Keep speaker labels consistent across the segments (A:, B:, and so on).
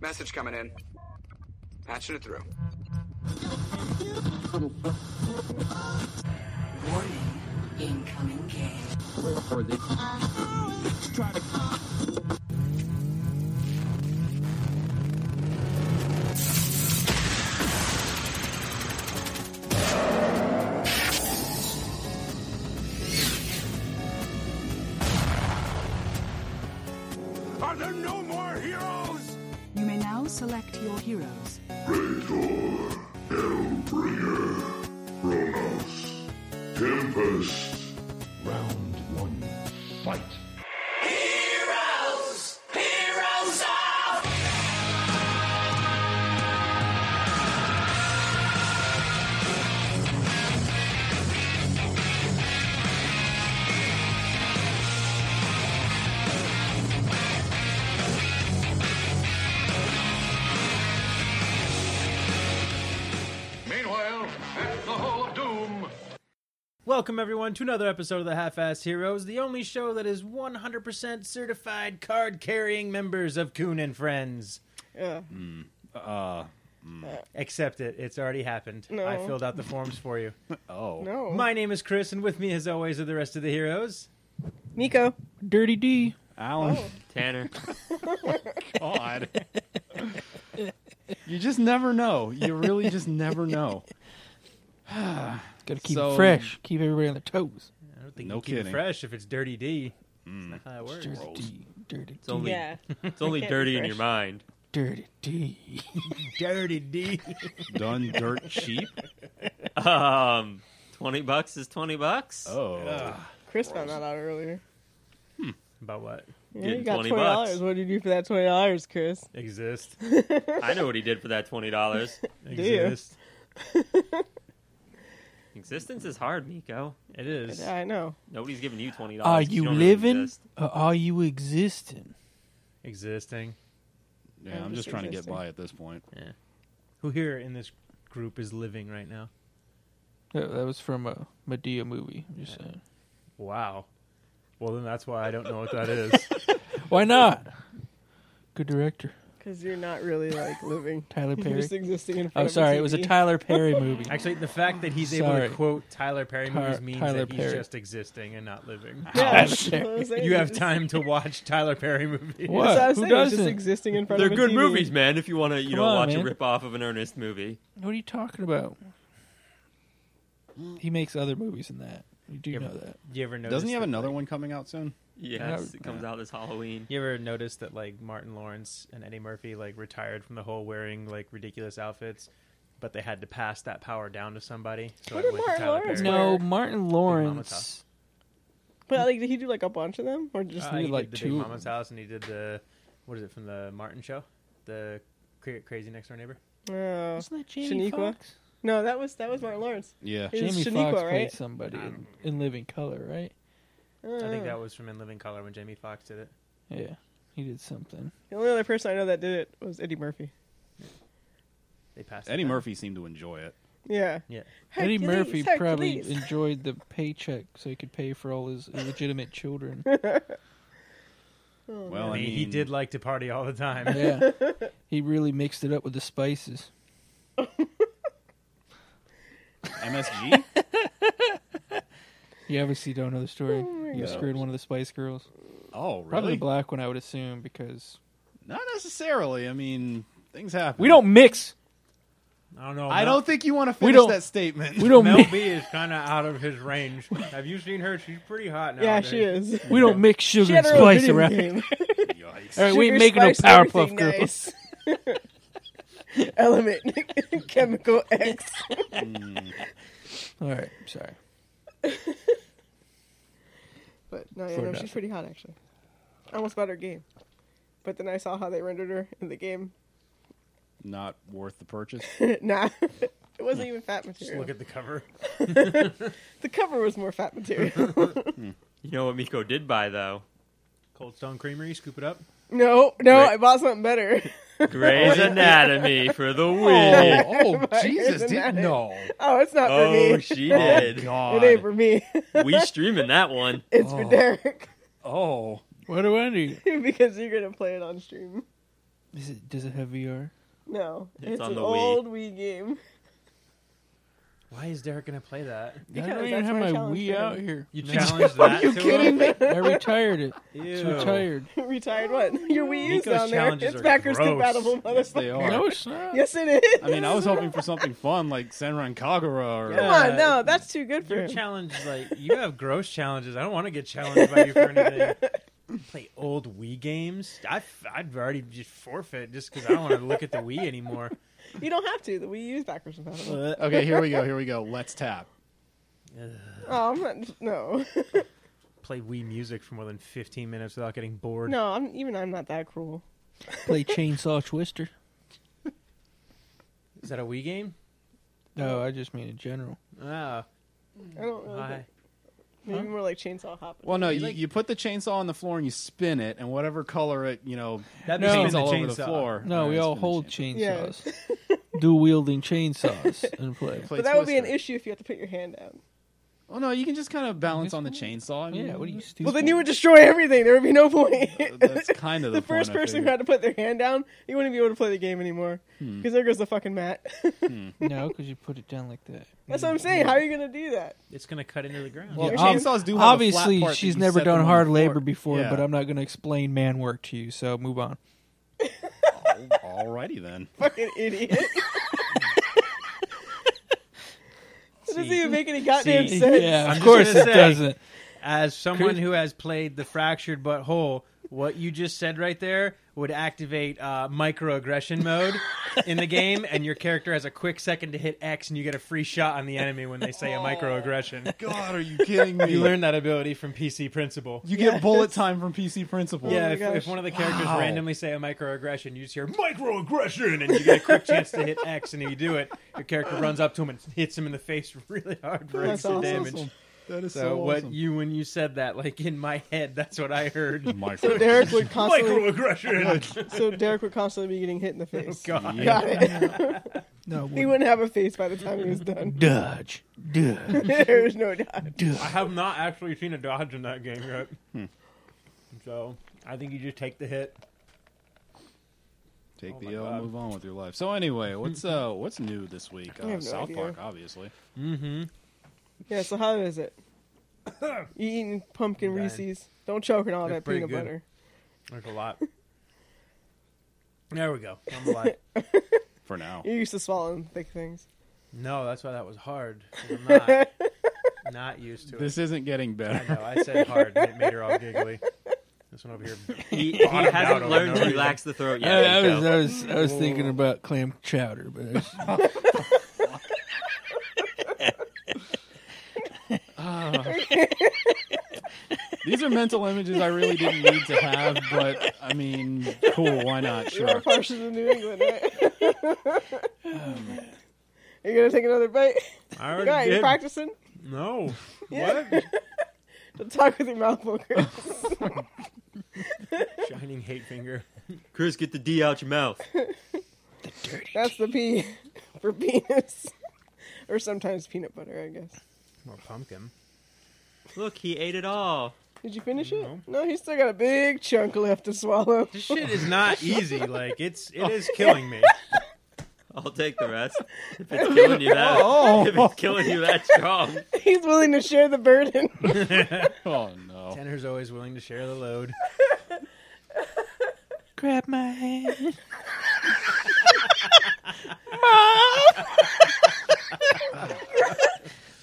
A: Message coming in. Patching it through.
B: Warning, incoming game.
C: Are there no more heroes?
D: You may now select your heroes.
E: Raidor, Hellbringer, Kronos, Tempest.
C: Round one, fight.
F: Meanwhile, at the Hall of Doom.
G: Welcome, everyone, to another episode of the Half Ass Heroes, the only show that is 100% certified card carrying members of Coon and Friends.
H: Hmm. Uh,
G: Accept it. It's already happened. I filled out the forms for you.
H: Oh.
I: No.
G: My name is Chris, and with me, as always, are the rest of the heroes.
I: Nico.
H: Dirty D. Alan.
J: Oh.
K: Tanner.
H: God. you just never know. You really just never know.
J: Gotta keep
H: So-
J: it fresh. Keep everybody on their toes.
G: I don't think
H: No
G: you keep it
H: kidding. Hmm.
G: fresh if it's Dirty D. That's not how it works.
J: Dirty D. Dirty
K: It's only,
I: Yeah.
K: it's only
I: Can't be
K: dirty in
I: fresh.
K: your mind.
J: Dirty D.
G: Dirty D.
H: Done dirt cheap.
K: Um, 20 bucks is 20 bucks.
H: Oh.
I: Chris found that out earlier.
G: About what?
I: Yeah,
K: Getting
I: you got
K: $20
I: twenty dollars. What did you do for that twenty dollars, Chris?
G: Exist.
K: I know what he did for that $20.
G: Exist.
K: Existence is hard, Nico.
G: It is.
I: I know.
K: Nobody's giving you $20.
J: Are
K: 'cause
J: you
K: don't really
J: living
K: exist.
J: or are you existing?
G: Existing.
H: Yeah, I'm just trying to get by at this point.
G: Who here in this group is living right now?
J: That, that was from a Medea movie. I'm just saying.
G: Wow. Well, then that's why I don't know what that is.
J: Why not? Good director.
I: Because you're not really like living.
J: Tyler
I: You're
J: Perry.
I: just existing in
J: I'm
I: front of
J: sorry, it was a
I: TV.
J: Tyler Perry movie.
G: Actually, the fact that he's able
J: Sorry.
G: to quote Tyler Perry
J: Ty-
G: movies means
J: Tyler
G: that he's
J: Perry.
G: just existing and not living.
I: Yeah,
J: Tyler
I: that's
J: Perry.
I: what I'm saying.
G: You have
I: Just-
G: time to watch Tyler Perry movies.
J: What?
I: That's what I'm
J: Who
I: saying. it's
J: doesn't?
I: Just existing in front
K: They're
I: of a
K: good
I: TV.
K: movies, man, if you want to, you know,
J: Come on,
K: watch
J: man.
K: a rip-off of an earnest movie.
J: What are you talking about? He makes other movies than that. You do know that.
G: You ever notice?
H: Doesn't he have
G: that,
H: another one coming out soon?
K: Yes,
J: Yeah.
K: it comes out this Halloween.
G: You ever notice that like Martin Lawrence and Eddie Murphy like retired from the whole wearing like ridiculous outfits, but they had to pass that power down to somebody. So
I: What
G: it
I: did
G: went to
I: Martin
G: Tyler
I: Lawrence
G: Perry. Uh,
I: wear?
J: No, Martin Lawrence.
I: But like, did he do like a bunch of them, or just
G: Uh,
J: need,
G: he
J: like,
G: did the
J: two
G: Big
J: of
G: Mama's house, and he did the what is it from the Martin show, the Cra- crazy next door neighbor.
I: no?
J: Wasn't that Jamie
I: Shaniqua?
J: Foxx?
I: uh, No, that was that was Martin Lawrence.
H: Yeah.
I: It was
J: Jamie
I: Shaniqua,
J: Foxx played
I: right?
J: somebody in, in Living Color, right?
G: I
I: Uh,
G: think that was from In Living Color when Jamie Foxx did it.
J: Yeah, he did something.
I: The only other person I know that did it was Eddie Murphy.
G: They passed it
H: Eddie
G: down.
H: Murphy seemed to enjoy it.
I: Yeah.
G: Yeah.
J: Eddie
I: Hercules,
J: Murphy probably
I: Hercules.
J: enjoyed the paycheck so he could pay for all his illegitimate children.
H: Well,
J: Oh.
G: I mean, he did like to party all the time.
J: Yeah, he really mixed it up with the spices.
H: MSG.
J: You obviously don't know the story.
I: Oh,
J: you
H: God.
J: screwed one of the Spice Girls,
H: oh,
J: probably
H: really?
J: the black one, I would assume, because uh,
H: Not necessarily. I mean, things happen.
J: we don't mix.
G: I don't know.
H: I
G: Mel-
H: don't think you want to
J: We
H: finish
J: don't-
H: that statement.
J: We don't
G: Mel
J: mix.
G: B is kind of out of his range. Have you seen her? She's pretty hot now.
I: Yeah, she is.
J: We don't mix
I: She
J: sugar
I: had
J: and
I: her own
J: spice
I: video
J: around.
I: game.
H: Yikes.
J: All right, we ain't
I: Sugar,
J: making no
I: spice, everything
J: Powerpuff Girls.
I: nice. Element, chemical X.
J: All right, I'm sorry.
I: But no, yeah,
J: For
I: no,
J: nothing.
I: she's pretty hot actually. I almost bought her game, but then I saw how they rendered her in the game.
H: Not worth the purchase.
I: nah, it wasn't even fat
G: Just
I: material.
G: look at the cover.
I: the cover was more fat material.
K: You know what Miko did buy, though?
G: Cold Stone Creamery, scoop it up.
I: no, no,
K: Right.
I: I bought something better.
K: Grey's Anatomy for the win.
H: Oh, oh Jesus!
I: Isn't that
H: Did,
I: it?
H: no.
I: Oh, it's not for
K: Oh,
I: me.
K: she
H: Oh,
K: did.
I: It ain't
H: God.
I: for me.
K: we streaming that one.
I: it's for Derek
H: Oh.
J: What do I do?
I: because you're gonna play it on stream.
J: Is it? Does it have VR?
I: No,
J: It's
I: it's,
J: on
I: an
J: the Wii.
I: old Wii game.
G: Why is Derek gonna play that?
I: Because don't even that's have my my challenge Wii to him. out here.
G: You
J: No.
G: challenged that?
J: Are you
G: to him?
J: kidding me? I retired it. It's
G: Ew.
J: retired.
I: Retired what? Your Wii
G: Nico's
I: U's down there.
G: challenges
I: It's
G: are
I: backwards
G: gross.
I: compatible, motherfucker.
H: Yes, they are.
J: No, it's not.
I: Yes, it is.
H: I mean, I was hoping for something fun like Senran Kagura or
I: Come on, no, that's too good for
G: Your
I: him.
G: challenge is like you have gross challenges. I don't want to get challenged by you for anything. Play old Wii games. I would already just forfeit just because I don't want to look at the Wii anymore.
I: You don't have to. The Wii U's backwards compatible.
H: okay, here we go. Here we go. Let's tap.
I: Oh, I'm not. No,
G: Play Wii music for more than fifteen minutes without getting bored.
I: no. I'm even. I'm not that cruel.
J: Play Chainsaw Twister.
G: Is that a Wii game?
J: No, I just mean in general.
G: Ah,
I: I don't really.
G: why?
I: think- Maybe more like chainsaw hop.
H: Well, no, you, you put the chainsaw on the floor and you spin it, and whatever color it, you know,
G: That
J: No.
H: spins
J: means
H: all
J: the
H: over the
G: chainsaw.
H: floor.
J: No,
H: All
J: we
H: right,
J: all
H: spin the
J: hold
H: chainsaw.
I: Yeah.
J: chainsaws, dual wielding chainsaws, and play.
H: Play
I: But that would be an
H: Twister.
I: issue if you had to put your hand out.
H: Oh no, you can just kind of balance on the chainsaw. I mean,
J: Yeah, what are you stupid?
I: Well, then you would destroy everything. There would be no point.
H: That's kind of the,
I: the first
H: point, I
I: person who
H: figured.
I: had to put their hand down, you wouldn't be able to play the game anymore.
H: Hmm.
I: Because there goes the fucking mat.
J: no, because you put it down like that.
I: That's what I'm saying. How are you gonna do that?
G: It's gonna cut into the ground.
H: Well,
I: Your
J: ob-
H: chainsaws do have a flat
J: obviously
H: part that
J: she's
H: you
J: never
H: set
J: done
H: them on
J: hard
H: the
J: labor
H: floor.
J: before,
H: Yeah.
J: but I'm not going to explain man work to you. So move on.
H: Alrighty then.
I: Fucking idiot. That doesn't
G: See.
I: even make any goddamn
G: See.
I: sense.
J: Yeah,
G: I'm
J: of
G: just
J: course
G: gonna
J: it
G: say-
J: doesn't.
G: As someone
J: Chris-
G: who has played the fractured but whole, what you just said right there would activate uh, microaggression mode in the game, and your character has a quick second to hit X, and you get a free shot on the enemy when they say a microaggression.
H: God, are you kidding me?
G: You learn that ability from PC Principle.
H: You get bullet time from PC Principle.
G: yeah,
I: my
G: if, if
I: gosh.
G: one of the characters
H: Wow.
G: randomly say a microaggression, you just hear microaggression, and you get a quick chance to hit X, and if you do it, your character runs up to him and hits him in the face really hard for
I: That's
G: extra
I: awesome.
G: damage.
H: That is
G: So, what you when you said that, like in my head, that's what I heard.
H: Micro.
I: So Derek would constantly.
G: Microaggression.
I: so Derek would constantly be getting hit in the face.
G: God.
I: Got it.
J: No, it
I: he
J: wouldn't.
I: wouldn't have a face by the time he was done.
J: dodge, dodge,
I: there was no doubt.
G: I have not actually seen a dodge in that game yet. So I think you just take the hit.
H: Take
G: my
H: the L,
G: God.
H: move on with your life. So anyway, what's uh what's new this week? Uh,
I: have no
H: South
I: idea.
H: Park, obviously.
I: Yeah. So how is it? You eating pumpkin
G: Dying.
I: Reese's? Don't choke on all
G: They're
I: that
G: pretty
I: peanut
G: good.
I: butter.
G: There's a lot. There we go. I'm alive.
H: For now,
I: You're used to swallowing thick things.
G: No, that's why that was hard. 'cause I'm not, not used to it.
H: this isn't getting
G: I
H: better.
G: know. I said hard, and it made her all giggly. This one over here.
K: He, he
G: Bottomed out
K: hasn't
G: on
K: learned
G: no
K: to
G: reason.
K: relax the throat
J: I,
K: yet.
J: I was, uh,
K: Nico.
J: I was, I was thinking about clam chowder, but I was, oh,
H: These are mental images I really didn't need to have, but I mean, cool. Why not? Sure.
I: Partially in New England, right? Are you gonna take another bite?
G: I
I: Guy,
G: already
I: you
G: did.
I: practicing?
G: No.
I: What? Don't talk with your mouth full, Chris.
G: Shining hate finger.
K: Chris, get the D out your mouth.
I: That's the P for penis. or sometimes peanut butter, I guess.
G: Or pumpkin.
K: Look, he ate it all.
I: Did you finish it? No, he's still got a big chunk left to swallow.
G: This shit is not easy. Like it's it is killing me.
K: I'll take the rest. If it's killing you that, if it's killing you that strong,
I: He's willing to share the burden.
H: Oh no.
G: Tanner's always willing to share the load.
J: grab my hand.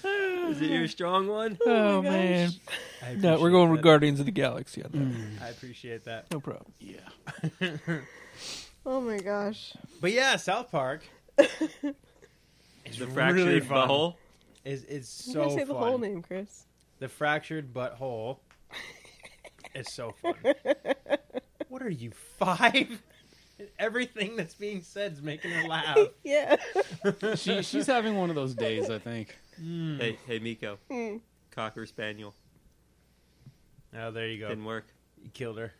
K: is it your strong one?
J: Oh,
I: gosh.
J: man,
G: I
J: no, we're
G: appreciate
J: going with
G: that.
J: Guardians of the Galaxy on that.
G: I appreciate that.
J: No problem.
H: Yeah.
I: oh my gosh.
G: But yeah, South Park
K: The fractured
G: really fun.
K: butthole.
G: is is so
I: you gotta say the
G: fun.
I: whole name, Chris.
G: The fractured butthole is so fun. what are you five? Everything that's being said is making her laugh.
I: Yeah.
H: She, she's having one of those days, I think.
K: Hey, hey, Miko.
I: Hmm.
K: Cocker spaniel
G: Oh, there you go.
K: didn't work.
G: You killed her.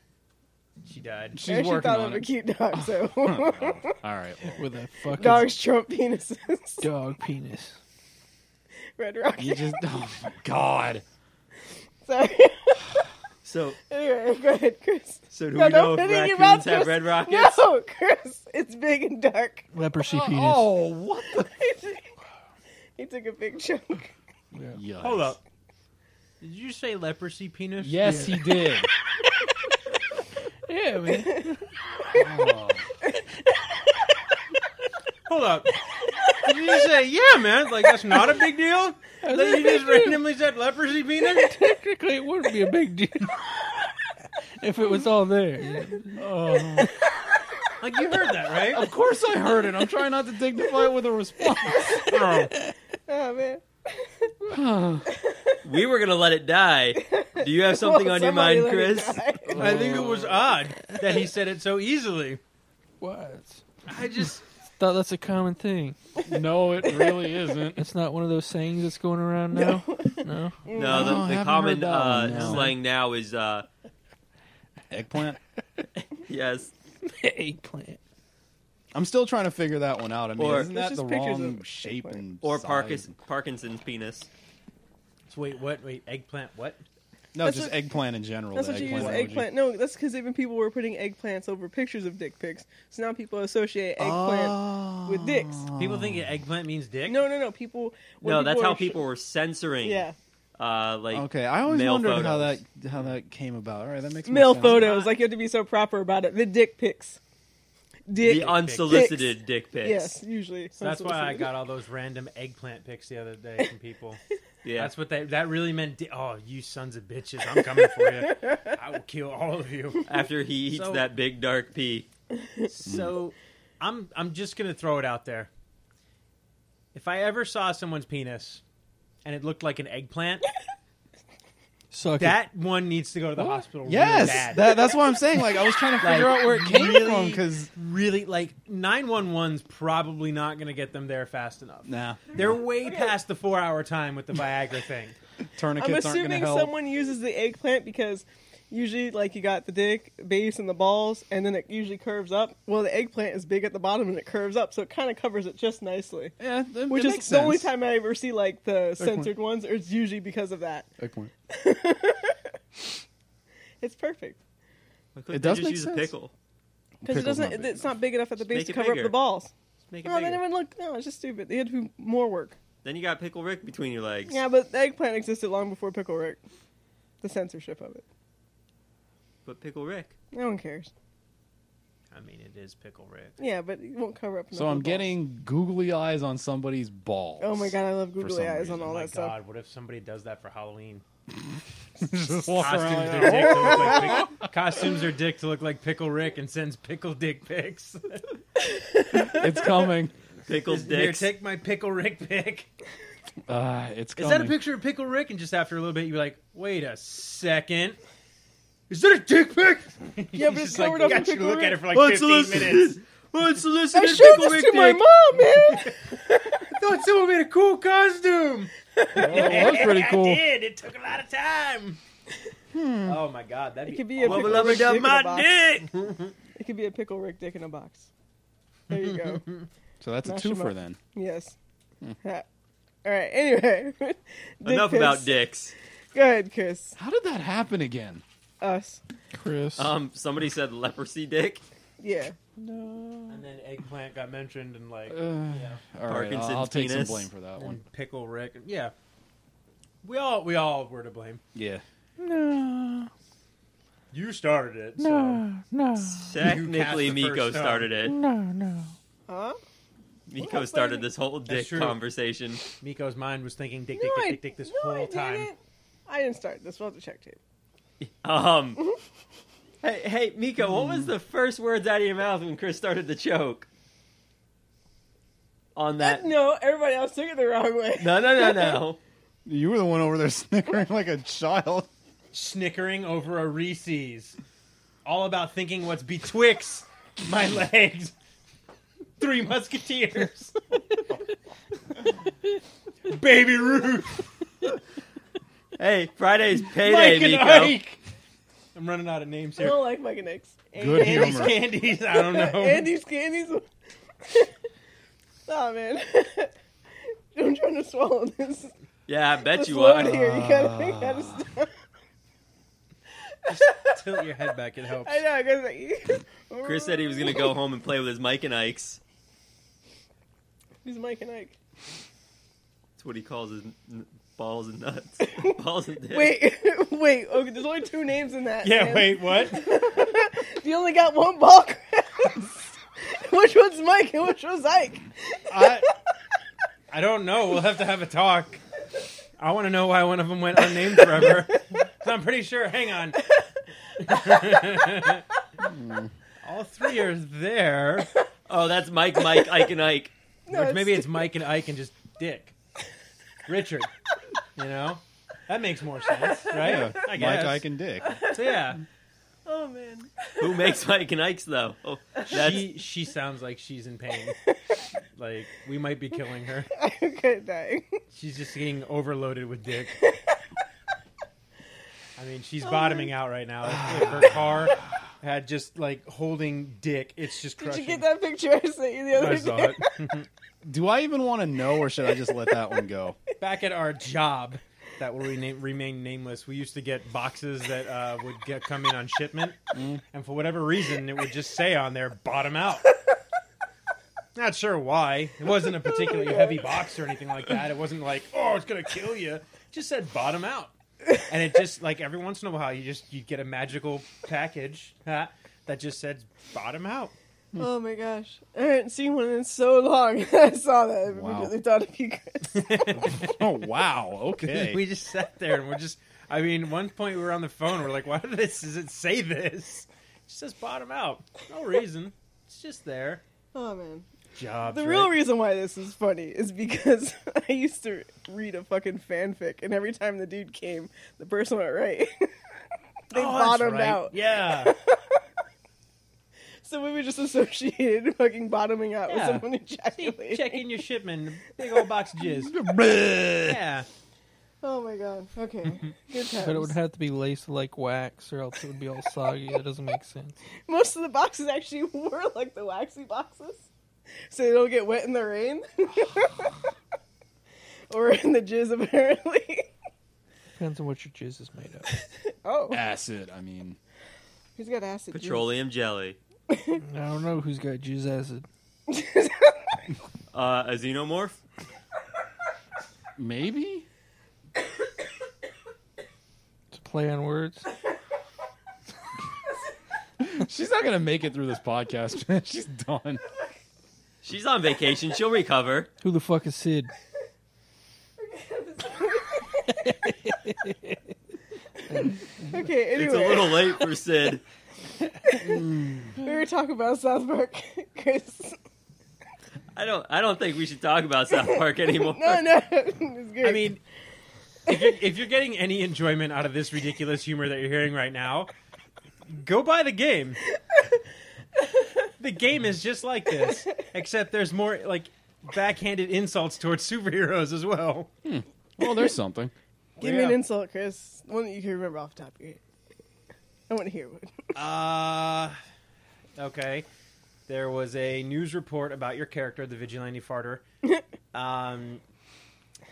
G: She died.
I: I
H: She's
I: actually
H: working
I: thought
H: on
I: of a
H: it. Oh,
I: cute dog, so.
H: All right. well,
J: With a fucking
I: Dogs trump penises.
J: dog penis.
I: Red Rocket.
H: you just. Oh my God.
I: Sorry.
K: So
I: Anyway, go ahead, Chris.
K: So do
I: No,
K: we know
I: don't
K: if
I: put it in your mouth,
K: raccoons have
I: Chris.
K: red rockets?
I: No, Chris, it's big and dark.
J: Leprosy penis.
K: Oh, what the?
I: He took a big chunk.
H: Yikes.
G: Hold up. Did you say leprosy penis?
H: Yes, he did.
J: Yeah, man.
H: Oh.
G: Hold up. Did you say, yeah, man? Like, that's not a big deal? That you just randomly said leprosy penis?
J: Technically, it wouldn't be a big deal if it was all there.
H: Oh.
G: Like, you heard that, right?
H: Of course I heard it. I'm trying not to dignify it with a response.
I: Oh man.
K: We were gonna let it die. Do you have something
I: Well,
K: on your
I: somebody
K: mind,
I: let it
K: Chris?
I: die.
G: I think it was odd that he said it so easily.
J: What?
G: I just,
J: Thought that's a common thing.
H: No, it really isn't.
J: It's not one of those sayings that's going around now. No.
K: No,
H: No,
K: the, the
H: haven't
K: common
H: heard that
K: uh,
H: one, no.
K: slang now is uh,
H: Eggplant.
K: yes.
J: Eggplant.
H: I'm still trying to figure that one out. I mean,
K: Or-
H: isn't
I: There's
H: that the
I: just pictures
H: wrong
I: of
H: shape and
K: Or
H: size?
K: Parkis- Parkinson's penis.
G: wait, what? Wait, eggplant, what?
H: No,
I: That's
H: just
I: what-
H: Oh, eggplant in general.
I: That's
H: the
I: what you use
H: emoji.
I: eggplant. No, that's because even people were putting eggplants over pictures of dick pics. So now people associate eggplant with dicks.
H: Ah.
G: People
H: Oh.
G: think eggplant means dick?
I: No, no, no. People. when
K: No, that's
I: are
K: how
I: sh-
K: people were censoring.
I: Yeah.
K: Uh, like
H: Okay, I always
K: male
H: wondered how that
K: photos.
H: how that came about. All right, that makes more
I: Male
H: sense.
I: photos. Like you have to be so proper about it. The dick pics. Dick.
K: the unsolicited dick pics.
I: Yes, usually.
G: So that's why I got all those random eggplant pics the other day from people.
K: Yeah.
G: That's what they, that really meant. Di- oh, you sons of bitches, I'm coming for you. I will kill all of you.
K: After he eats
G: So-
K: that big dark pea.
H: Mm.
G: So I'm I'm just gonna throw it out there. If I ever saw someone's penis and it looked like an eggplant,
J: Suck it.
G: that one needs to go to the hospital. really
H: Yes,
G: bad.
H: that, that's what I'm saying. Like I was trying to figure out where it came
G: really-
H: from because
G: really like 911's probably not gonna get them there fast enough.
H: nah,
G: They're way past the four hour time with the Viagra thing.
H: tourniquets
I: am
H: aren't going to
I: assuming
H: help.
I: someone uses the eggplant because usually, like, you got the dick, base, and the balls, and then it usually curves up. Well, the eggplant is big at the bottom and it curves up, so it kind of covers it just nicely.
H: yeah, that,
I: Which
H: it
I: is
H: makes
I: the only
H: sense.
I: time I ever see like the
H: point.
I: censored ones, or it's usually because of that.
H: Eggplant.
I: It's perfect
K: Why couldn't
H: It
K: they
H: does
K: just
H: make
K: use
H: sense.
K: a pickle.
I: because it
H: Pickle's
I: doesn't.
H: not big
I: it's not big enough at the base
K: make
I: to
K: it
I: cover up
K: bigger.
I: the balls.
K: Just make it
I: No,
K: bigger.
I: then it would look. No, it's just stupid. They had to do more work.
K: Then you got pickle Rick between your legs.
I: Yeah, but the eggplant existed long before pickle Rick. The censorship of it.
K: But pickle Rick.
I: No one cares.
G: I mean, it is pickle Rick.
I: Yeah, but it won't cover up. enough
H: So
I: of
H: I'm
I: the
H: getting googly eyes on somebody's balls.
I: balls. Oh my god, I love
H: some
I: googly eyes on
H: reason.
I: all
G: Oh my
I: that stuff.
G: god, what if somebody does that for Halloween?
H: Just walk around
G: Costumes
H: like that.
G: their, dick to look like pic- costumes their dick to look like Pickle Rick and sends pickle dick pics.
H: It's coming.
K: Pickle
G: Here,
K: dicks.
G: take my Pickle Rick pic.
H: Uh, it's
G: Is
H: coming.
G: that a picture of Pickle Rick? And just after a little bit, you're like, wait a second. Is that a dick pic?
I: Yeah, but it's
G: Just
I: covered
G: like,
I: up
G: you
I: in
G: actually
I: Pickle
G: look
I: Rick.
G: at it for like 15 minutes.
K: Unsolicited.
I: I
K: Unsolicited
I: showed
K: pickle
I: this to
K: Rick
I: my
K: dick.
I: mom, man.
G: I thought someone made a cool costume.
H: Oh, that's pretty
G: I
H: cool.
G: did. It took a lot of time. Oh my god, that'd
I: Hmm. It
G: be
I: could be a
K: Lubba
I: pickle
K: lubba
I: Rick dick
K: dub
I: in a box.
K: my dick.
I: It could be a pickle Rick dick in a box. There you go.
H: So that's a
I: Mash 'em
H: twofer
I: up.
H: then.
I: Yes. Yeah. All right. Anyway, Dick
K: Enough
I: pics.
K: about dicks.
I: Go ahead, Chris.
H: How did that happen again?
I: Us.
J: Chris.
G: Oh.
K: Um, somebody said leprosy dick.
I: Yeah.
G: And then eggplant got mentioned and like
H: Uh, all right, I'll,
K: Parkinson's
H: I'll take
K: penis.
H: some blame for that one.
G: and pickle Rick. Yeah, we all we all were to blame.
H: Yeah.
J: no.
G: You started it. So.
J: No. No.
K: Technically,
G: You cast the
K: Miko
G: first stone.
K: started it.
J: No. No.
I: Huh?
K: Miko started this whole dick
G: true.
K: conversation.
G: Miko's mind was thinking dick,
I: No,
G: dick, dick,
I: I
G: dick, dick this
I: no, I
G: whole time.
I: didn't. I didn't start this. We'll have to check tape.
K: Um, hey, hey, Miko, what was the first words out of your mouth when Chris started to choke? On that?
I: no, everybody else took it the wrong way.
K: No, no, no, no.
H: You were the one over there snickering like a child.
G: Snickering over a Reese's, all about thinking what's betwixt my legs. Three Musketeers, Baby Ruth,
K: Hey, Friday's payday,
G: Mike and
K: Miko.
G: Ike. I'm running out of names
I: I
G: here.
I: don't like Mike and Nicks.
H: Good
I: Andy's,
H: humor.
G: Candies, I don't know.
I: Andy's candies. oh man. I'm trying to swallow this.
K: Yeah, I bet
I: this
K: you
I: load
G: Ah.
K: are.
I: here. You gotta, you gotta stop.
G: Just tilt your head back. It helps.
I: I know. I guess like,
K: Chris said he was going to go home and play with his Mike and Ikes.
I: He's Mike and Ike.
K: That's what he calls his n- balls and nuts. balls and dick.
I: Wait, wait. Okay, there's only two names in that.
G: Yeah.
I: man.
G: Wait. What?
I: You only got one ball, Chris. which one's Mike and which one's Ike?
G: I I don't know. We'll have to have a talk. I want to know why one of them went unnamed forever. 'Cause I'm pretty sure. Hang on. All three are there.
K: Oh, that's Mike, Mike, Ike, and Ike.
I: No,
G: or maybe it's Mike and Ike and just Dick. Richard. You know? That makes more sense, right?
H: Yeah,
G: I guess.
H: Mike, Ike, and Dick.
G: So, yeah.
I: Oh man.
K: Who makes Mike and Ikes though? Oh, that's
G: She, she sounds like she's in pain. Like, we might be killing her.
I: Okay, dang.
G: She's just getting overloaded with dick. I mean, she's
I: Oh
G: bottoming out right now. If, if her car had just like holding dick, it's just
I: Did
G: crushing.
I: you get that picture I sent you the other
G: I
I: day?
G: saw it.
H: Do I even want to know, or should I just let that one go?
G: Back at our job, that will rename, remain nameless. We used to get boxes that uh, would get come in on shipment, and for whatever reason, it would just say on there "bottom out." Not sure why. It wasn't a particularly heavy box or anything like that. It wasn't like, oh, it's gonna kill you. It just said bottom out, and it just like every once in a while, you just you get a magical package huh, that just said bottom out.
I: Oh my gosh. I haven't seen one in so long. I saw that and
H: Wow.
I: immediately thought of you guys.
H: Oh wow, okay.
G: We just sat there and we're just. I mean, one point we were on the phone. We're like, why did this? Does it say this? It just says bottom out. No reason. It's just there.
I: Oh man.
G: Jobs.
I: The real reason why this is funny is because I used to read a fucking fanfic, and every time the dude came, the person went right. they bottomed out.
G: Oh, Yeah.
I: So we were just associated fucking bottoming out
G: Yeah.
I: with someone ejaculating.
G: Check in your shipment. Big old box of jizz.
H: Bleh.
G: Yeah.
I: Oh my god. Okay.
G: Mm-hmm.
I: Good times.
J: But it would have to be laced like wax, or else it would be all soggy. That doesn't make sense.
I: Most of the boxes actually were like the waxy boxes, so they don't get wet in the rain or in the jizz, apparently.
J: Depends on what your jizz is made of.
I: Oh,
H: Acid. I mean,
I: he's got acid. jizz.
K: petroleum jelly.
J: I don't know who's got jizz acid.
K: Uh, a xenomorph.
H: maybe.
J: It's a play on words.
H: She's not gonna make it through this podcast. man. She's done.
K: She's on vacation. She'll recover.
J: Who the fuck is Sid?
I: Okay.
K: It's a
I: Anyway,
K: little late for Sid.
I: we were talking about South Park, Chris.
K: I don't. I don't think we should talk about South Park anymore.
I: No, no, it's good.
G: I mean, if you're, if you're getting any enjoyment out of this ridiculous humor that you're hearing right now, go buy the game. The game is just like this, except there's more like backhanded insults towards superheroes as well.
H: Well, there's something.
I: give me an
G: yeah.
I: insult, Chris. One that you can remember off the top of your head. I want to hear one.
G: Uh, okay. There was a news report about your character, the vigilante farter, um,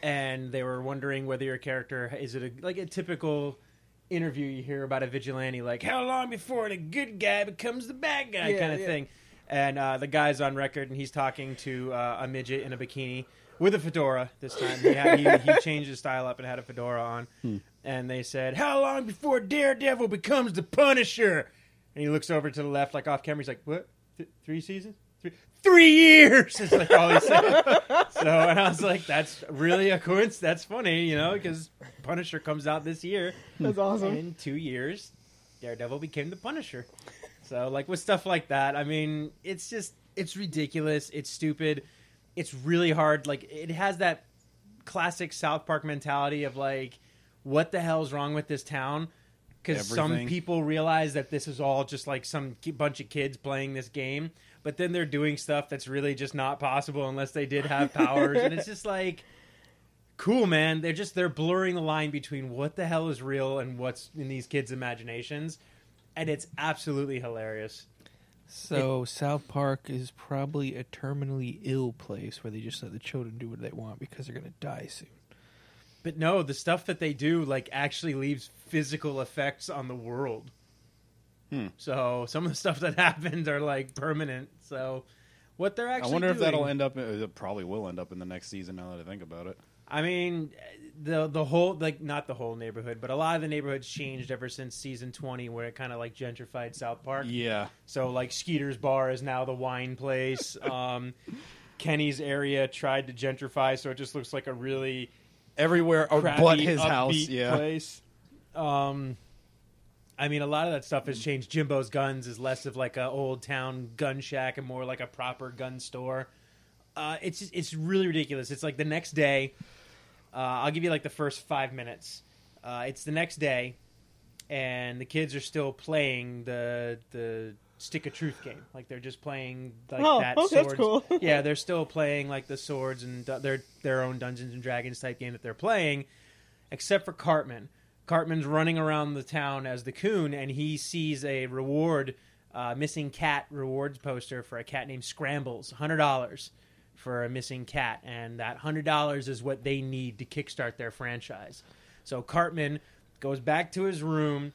G: and they were wondering whether your character is it a, like a typical interview you hear about a vigilante, like how long before the good guy becomes the bad guy
I: Yeah,
G: kind of
I: yeah.
G: thing. And uh, the guy's on record, and he's talking to uh, a midget in a bikini with a fedora this time. He, had, he, he changed his style up and had a fedora on.
I: Hmm.
G: And they said, "How long before Daredevil becomes the Punisher?" And he looks over to the left, like off camera. He's like, "What? Th- three seasons? Three, three years?" It's like all he said. so, and I was like, "That's really a coincidence. That's funny, you know, because Punisher comes out this year,
I: That's awesome.
G: and in two years, Daredevil became the Punisher." So, like with stuff like that, I mean, it's just it's ridiculous. It's stupid. It's really hard. Like it has that classic South Park mentality of like, what the hell's wrong with this town? Because some
H: Everything.
G: people realize that this is all just like some ki- bunch of kids playing this game, but then they're doing stuff that's really just not possible unless they did have powers. and it's just like, cool, man. They're just they're blurring the line between what the hell is real and what's in these kids' imaginations, and it's absolutely hilarious.
J: So South Park is probably a terminally ill place where they just let the children do what they want because they're gonna die soon.
G: But no, the stuff that they do like actually leaves physical effects on the world.
H: Hmm.
G: So some of the stuff that happened are like permanent. So what they're actually
H: I wonder if
G: doing-
H: that'll end up. uh, It probably will end up in the next season. Now that I think about it,
G: I mean, the the whole like not the whole neighborhood, but a lot of the neighborhoods changed ever since season twenty, where it kind of like gentrified South Park.
H: yeah.
G: So like Skeeter's bar is now the wine place. Um, Kenny's area tried to gentrify, so it just looks like a really
H: Everywhere
G: crappy,
H: but his house,
G: upbeat
H: yeah.
G: place. Um, I mean, a lot of that stuff has changed. Jimbo's Guns is less of like a old town gun shack and more like a proper gun store. Uh, it's just- it's really ridiculous. It's like the next day. Uh, I'll give you like the first five minutes. Uh, it's the next day, and the kids are still playing the the stick of truth game. Like they're just playing like
I: Oh,
G: that.
I: okay, that's
G: swords.
I: cool.
G: yeah, they're still playing like the swords and du- their their own Dungeons and Dragons type game that they're playing, except for Cartman. Cartman's running around the town as the coon, and he sees a reward, uh, missing cat rewards poster for a cat named Scrambles, hundred dollars for a missing cat, and that hundred dollars is what they need to kickstart their franchise. So Cartman goes back to his room,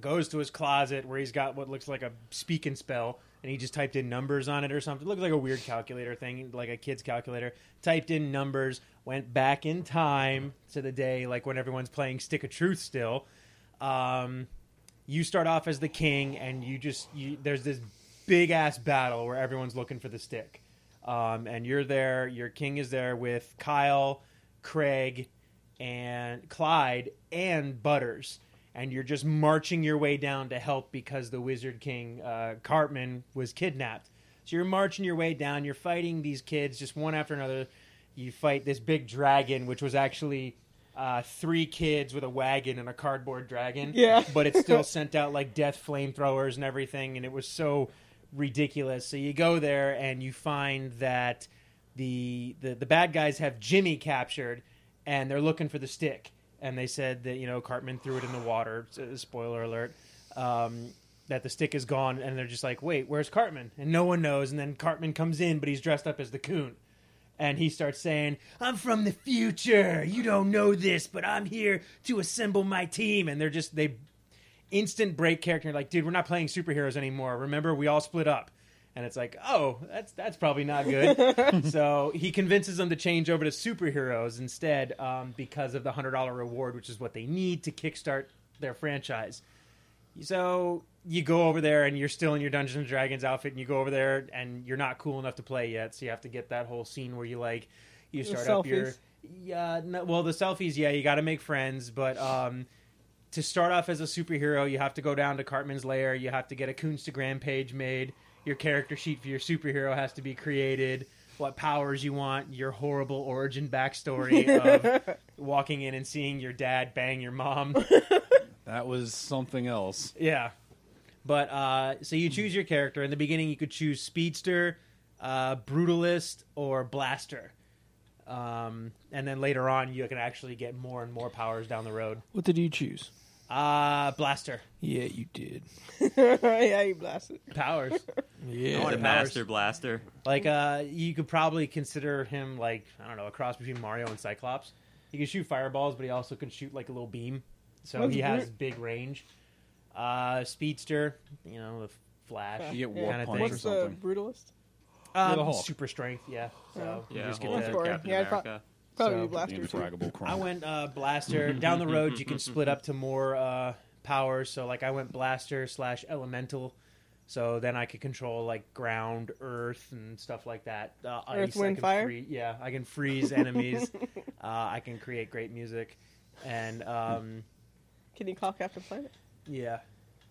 G: goes to his closet where he's got what looks like a speak and spell and he just typed in numbers on it or something. It looked like a weird calculator thing, like a kid's calculator. Typed in numbers, went back in time to the day like when everyone's playing Stick of Truth still. Um, you start off as the king and you just you, there's this big ass battle where everyone's looking for the stick. Um, and you're there, your king is there with Kyle, Craig, and Clyde and Butters, and you're just marching your way down to help because the Wizard King uh, Cartman was kidnapped. So you're marching your way down. You're fighting these kids just one after another. You fight this big dragon, which was actually uh, three kids with a wagon and a cardboard dragon.
I: Yeah.
G: but it still sent out like death flamethrowers and everything, and it was so ridiculous. So you go there and you find that the the, the bad guys have Jimmy captured and they're looking for the stick. And they said that you know Cartman threw it in the water. s- uh, Spoiler alert. Um, that the stick is gone, and they're just like, "Wait, where's Cartman?" And no one knows. And then Cartman comes in, but he's dressed up as the coon, and he starts saying, "I'm from the future. You don't know this, but I'm here to assemble my team." And they're just they instant break character. Like, dude, we're not playing superheroes anymore. Remember, we all split up. And it's like, oh, that's that's probably not good. so he convinces them to change over to superheroes instead um, because of the hundred dollar reward, which is what they need to kickstart their franchise. So you go over there and you're still in your Dungeons and Dragons outfit, and you go over there and you're not cool enough to play yet, so you have to get that whole scene where you like you
I: The
G: start up your
I: selfies.
G: yeah. No, well, the selfies, yeah, you got to make friends, but um, to start off as a superhero, you have to go down to Cartman's lair. You have to get a Coonstagram page made. Your character sheet for your superhero has to be created. What powers you want? Your horrible origin backstory of walking in and seeing your dad bang your mom.
H: That was something else.
G: Yeah. But uh, so you choose your character. In the beginning, you could choose Speedster, uh, Brutalist, or Blaster. Um, and then later on, you can actually get more and more powers down the road.
J: What did you choose?
G: Uh, Blaster.
J: Yeah, you did.
I: yeah, you blasted.
G: Powers.
J: Yeah.
K: I want a
G: Powers.
K: master blaster.
G: Like, uh, you could probably consider him, like, I don't know, a cross between Mario and Cyclops. He can shoot fireballs, but he also can shoot, like, a little beam. So
I: That's
G: he has
I: weird.
G: big range. Uh, Speedster, you know, the Flash.
H: You get
I: Yeah.
H: warp
G: Kinda
H: punch or
G: thing.
I: What's the
H: something.
I: brutalist?
G: Um,
H: the Hulk.
G: super strength, yeah. So you
K: Yeah,
G: just get
K: Hulk,
G: the-
I: That's
K: Captain
I: Yeah, I thought-
K: America.
I: Probably
G: So-
I: be blaster. too.
H: Infraggable crime.
G: I went uh, blaster. Down the road, you can split up to more uh, powers. So like I went blaster slash elemental. So then I could control like ground, earth, and stuff like that. Uh,
I: Earth,
G: ice, I
I: wind,
G: can
I: fire?
G: free- yeah, I can freeze enemies. uh, I can create great music, and um,
I: Can you call Captain Planet?
G: yeah,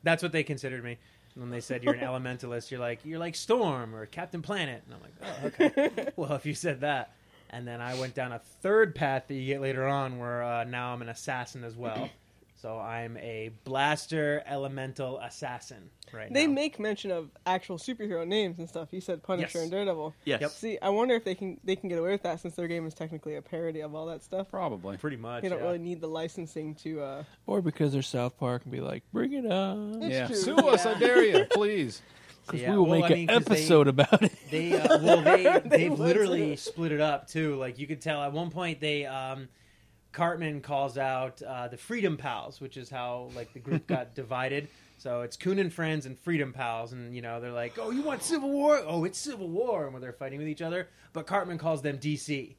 G: that's what they considered me. When they said you're an elementalist, you're like you're like Storm or Captain Planet, and I'm like, oh, okay. well, if you said that, and then I went down a third path that you get later on, where uh, now I'm an assassin as well. So I'm a blaster elemental assassin right
I: They
G: now.
I: make mention of actual superhero names and stuff. You said Punisher
G: Yes.
I: and Daredevil.
K: Yes.
G: Yep.
I: See, I wonder if they can they can get away with that since their game is technically a parody of all that stuff.
H: Probably.
G: pretty much.
I: They don't
G: yeah.
I: really need the licensing to. uh
J: Or because they're South Park and be like, bring it on.
H: Yeah.
I: true.
H: Sue us, I dare you, please.
J: Because
G: Yeah,
J: we will
G: well,
J: make
G: I mean,
J: an
G: 'cause they-
J: episode about it.
G: They uh, well, they,
I: They
G: they have
I: would.
G: literally split it up too. Like you could tell at one point they um, Cartman calls out uh, the Freedom Pals, which is how like the group got divided. So it's Coon and friends and Freedom Pals, and you know they're like, "Oh, you want Civil War? Oh, it's Civil War!" And when they're fighting with each other, but Cartman calls them DC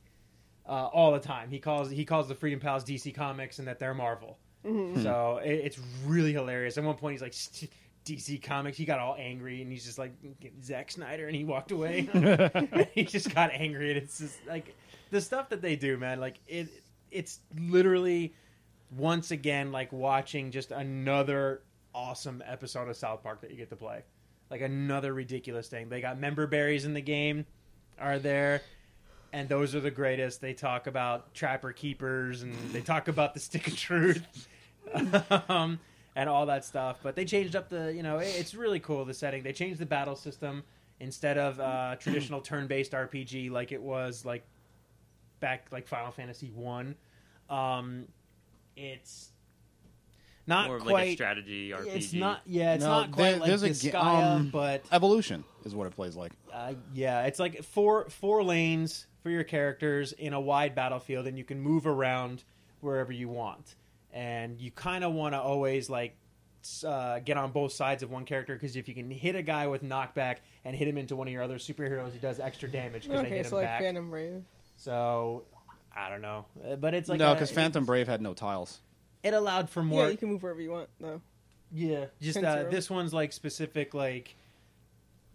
G: uh, all the time. He calls he calls the Freedom Pals DC Comics, and that they're Marvel.
I: Mhm.
G: So it, it's really hilarious. At one point, he's like, "St- "DC Comics." He got all angry, and he's just like, "Zack Snyder," and he walked away. he just got angry, and it's just like the stuff that they do, man. Like it, it's literally once again like watching just another awesome episode of South Park that you get to play. Like another ridiculous thing. They got member berries in the game, are there? And those are the greatest. They talk about trapper keepers and they talk about the stick of truth um, and all that stuff. But they changed up the, you know, it- it's really cool the setting. They changed the battle system instead of
K: Mm-hmm.
G: uh, traditional turn-based RPG like it was like back like Final Fantasy One. Um, it's not
K: More of like a
G: quite
K: strategy
G: It's
K: RPG.
G: not, yeah, it's
H: No,
G: not quite
H: there-
G: like
H: there's a
G: Disgaea,
H: ga- um,
G: but
H: Evolution is what it plays like.
G: uh, yeah, it's like four four lanes for your characters in a wide battlefield, and you can move around wherever you want. And you kind of want to always like s- uh, get on both sides of one character because if you can hit a guy with knockback and hit him into one of your other superheroes, he does extra damage because they
I: Okay,
G: hit
I: so
G: him
I: like
G: back.
I: Phantom Brave.
G: So I don't know, Uh, but it's like
H: no,
G: a-
H: because Phantom Brave had no tiles.
G: It, it allowed for more.
I: Yeah, you can move wherever you want though.
G: Yeah, just
I: Ten
G: uh,
I: zero.
G: this one's like specific like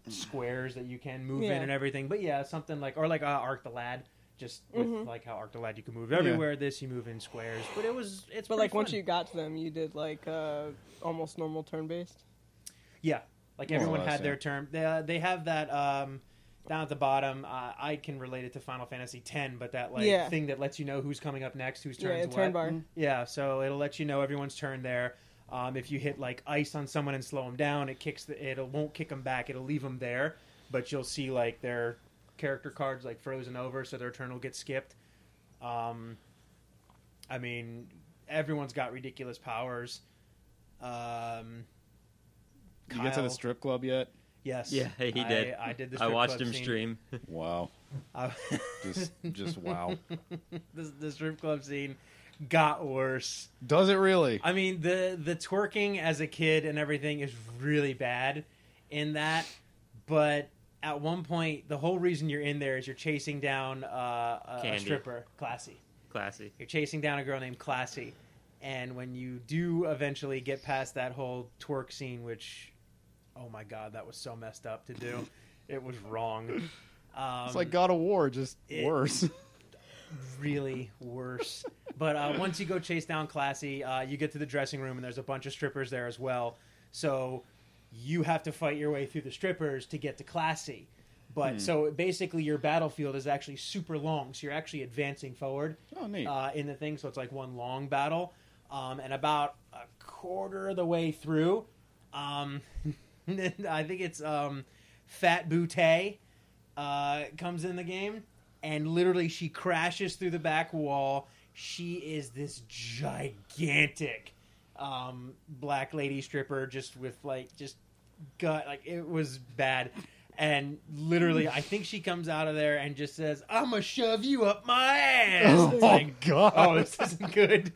G: squares that you can move
I: Yeah.
G: in and everything. But yeah, something like or like uh, Arc the Lad, just with
I: Mhm.
G: like how Arc the Lad you can move
H: Yeah.
G: everywhere. This you move in squares, but it was it's
I: But
G: pretty
I: like once
G: fun.
I: you got to them, you did like uh, almost normal turn based.
G: yeah, like
H: More or
G: everyone
H: less,
G: had
H: yeah.
G: their term. They uh, they have that um down at the bottom. Uh, I can relate it to Final Fantasy X, but that like
I: Yeah.
G: thing that lets you know who's coming up next, who's
I: Yeah,
G: turns
I: turn
G: what.
H: Mm-hmm.
I: bar.
G: Yeah, so it'll let you know everyone's turn there. Um, if you hit like ice on someone and slow them down, it kicks the it won't kick them back. It'll leave them there, but you'll see like their character cards like frozen over, so their turn will get skipped. Um, I mean, everyone's got ridiculous powers. Um,
H: You get to the
G: Kyle-
H: strip club yet?
G: Yes.
K: Yeah, he did.
G: I, I did this.
K: I watched him stream.
H: Wow.
G: I-
H: Just, just wow.
G: this, the strip club scene got worse.
H: Does it really?
G: I mean the the twerking as a kid and everything is really bad in that, but at one point the whole reason you're in there is you're chasing down uh, a- a,
K: Candy.
G: stripper, Classy.
K: Classy.
G: You're chasing down a girl named Classy, and when you do eventually get past that whole twerk scene, which oh my god, that was so messed up to do. It was wrong. Um,
H: It's like God of War, just
G: it-
H: worse.
G: really worse. But uh, once you go chase down Classy, uh, you get to the dressing room, and there's a bunch of strippers there as well. So you have to fight your way through the strippers to get to Classy. But so basically, your battlefield is actually super long, so you're actually advancing forward
H: Oh, neat.
G: uh, in the thing. So it's like one long battle. Um, and about a quarter of the way through, um, I think it's um, Fat Boute uh, comes in the game, and literally she crashes through the back wall. She is this gigantic um, black lady stripper, just with like just gut, like it was bad. And literally, I think she comes out of there and just says, "I'm gonna shove you up my ass."
H: oh
G: It's like,
H: God.
G: oh, this isn't good.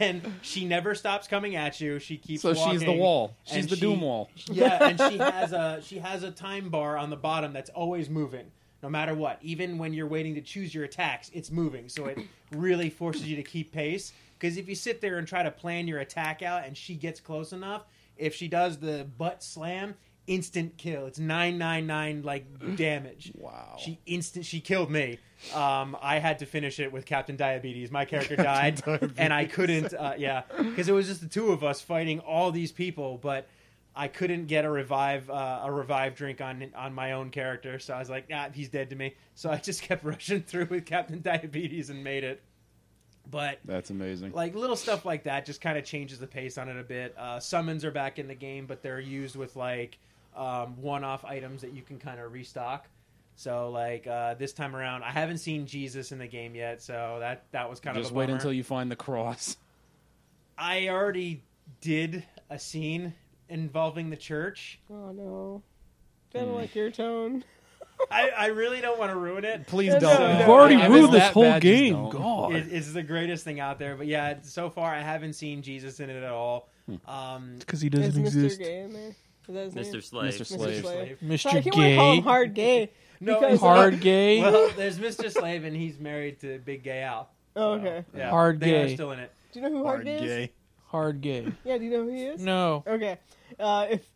G: And she never stops coming at you. She keeps.
H: so she's the
G: walking,
H: wall.
G: and
H: She's the
G: she-
H: doom wall.
G: Yeah, and she has a she has a time bar on the bottom that's always moving, no matter what. Even when you're waiting to choose your attacks, it's moving. So it really forces you to keep pace. Because if you sit there and try to plan your attack out, and she gets close enough, if she does the butt slam, instant kill. It's nine nine nine like damage.
H: Wow.
G: She instant she killed me. Um, I had to finish it with Captain Diabetes. My character died, and I couldn't. Uh, yeah, because it was just the two of us fighting all these people, but I couldn't get a revive uh, a revive drink on on my own character. So I was like, nah, he's dead to me. So I just kept rushing through with Captain Diabetes and made it. But
H: That's amazing.
G: like little stuff like that just kind of changes the pace on it a bit uh, summons are back in the game but they're used with like um, one-off items that you can kind of restock so like uh, this time around i haven't seen jesus in the game yet so that that was kind
H: just
G: of a
H: wait
G: bummer.
H: until you find the cross.
G: i already did a scene involving the church Hmm.
I: Oh no, kind of like your tone.
G: I, I really don't want to ruin it.
H: Please don't. You've already
G: I
H: ruined
G: was-
H: this whole That bad, just game. don't. God.
G: It- it's the greatest thing out there. But yeah, so far I haven't seen Jesus in it at all. Um,
J: because he doesn't
I: Is Mr.
J: exist.
I: Gay in there? Is that his
K: Mr.
I: name?
K: Slave. Mr.
G: Slave.
J: Mr.
I: So I keep wanting to call
J: Gay.
I: him hard gay. because,
J: hard
I: uh,
J: gay.
G: Well, there's Mr. Slave, and he's married to Big Gay Al.
I: Oh, okay.
G: Yeah,
J: Hard
G: they are
J: gay.
G: still in it.
I: Do you know who hard, gay, is?
J: Hard gay.
I: Yeah, do you know who he is?
J: No.
I: Okay. Uh, if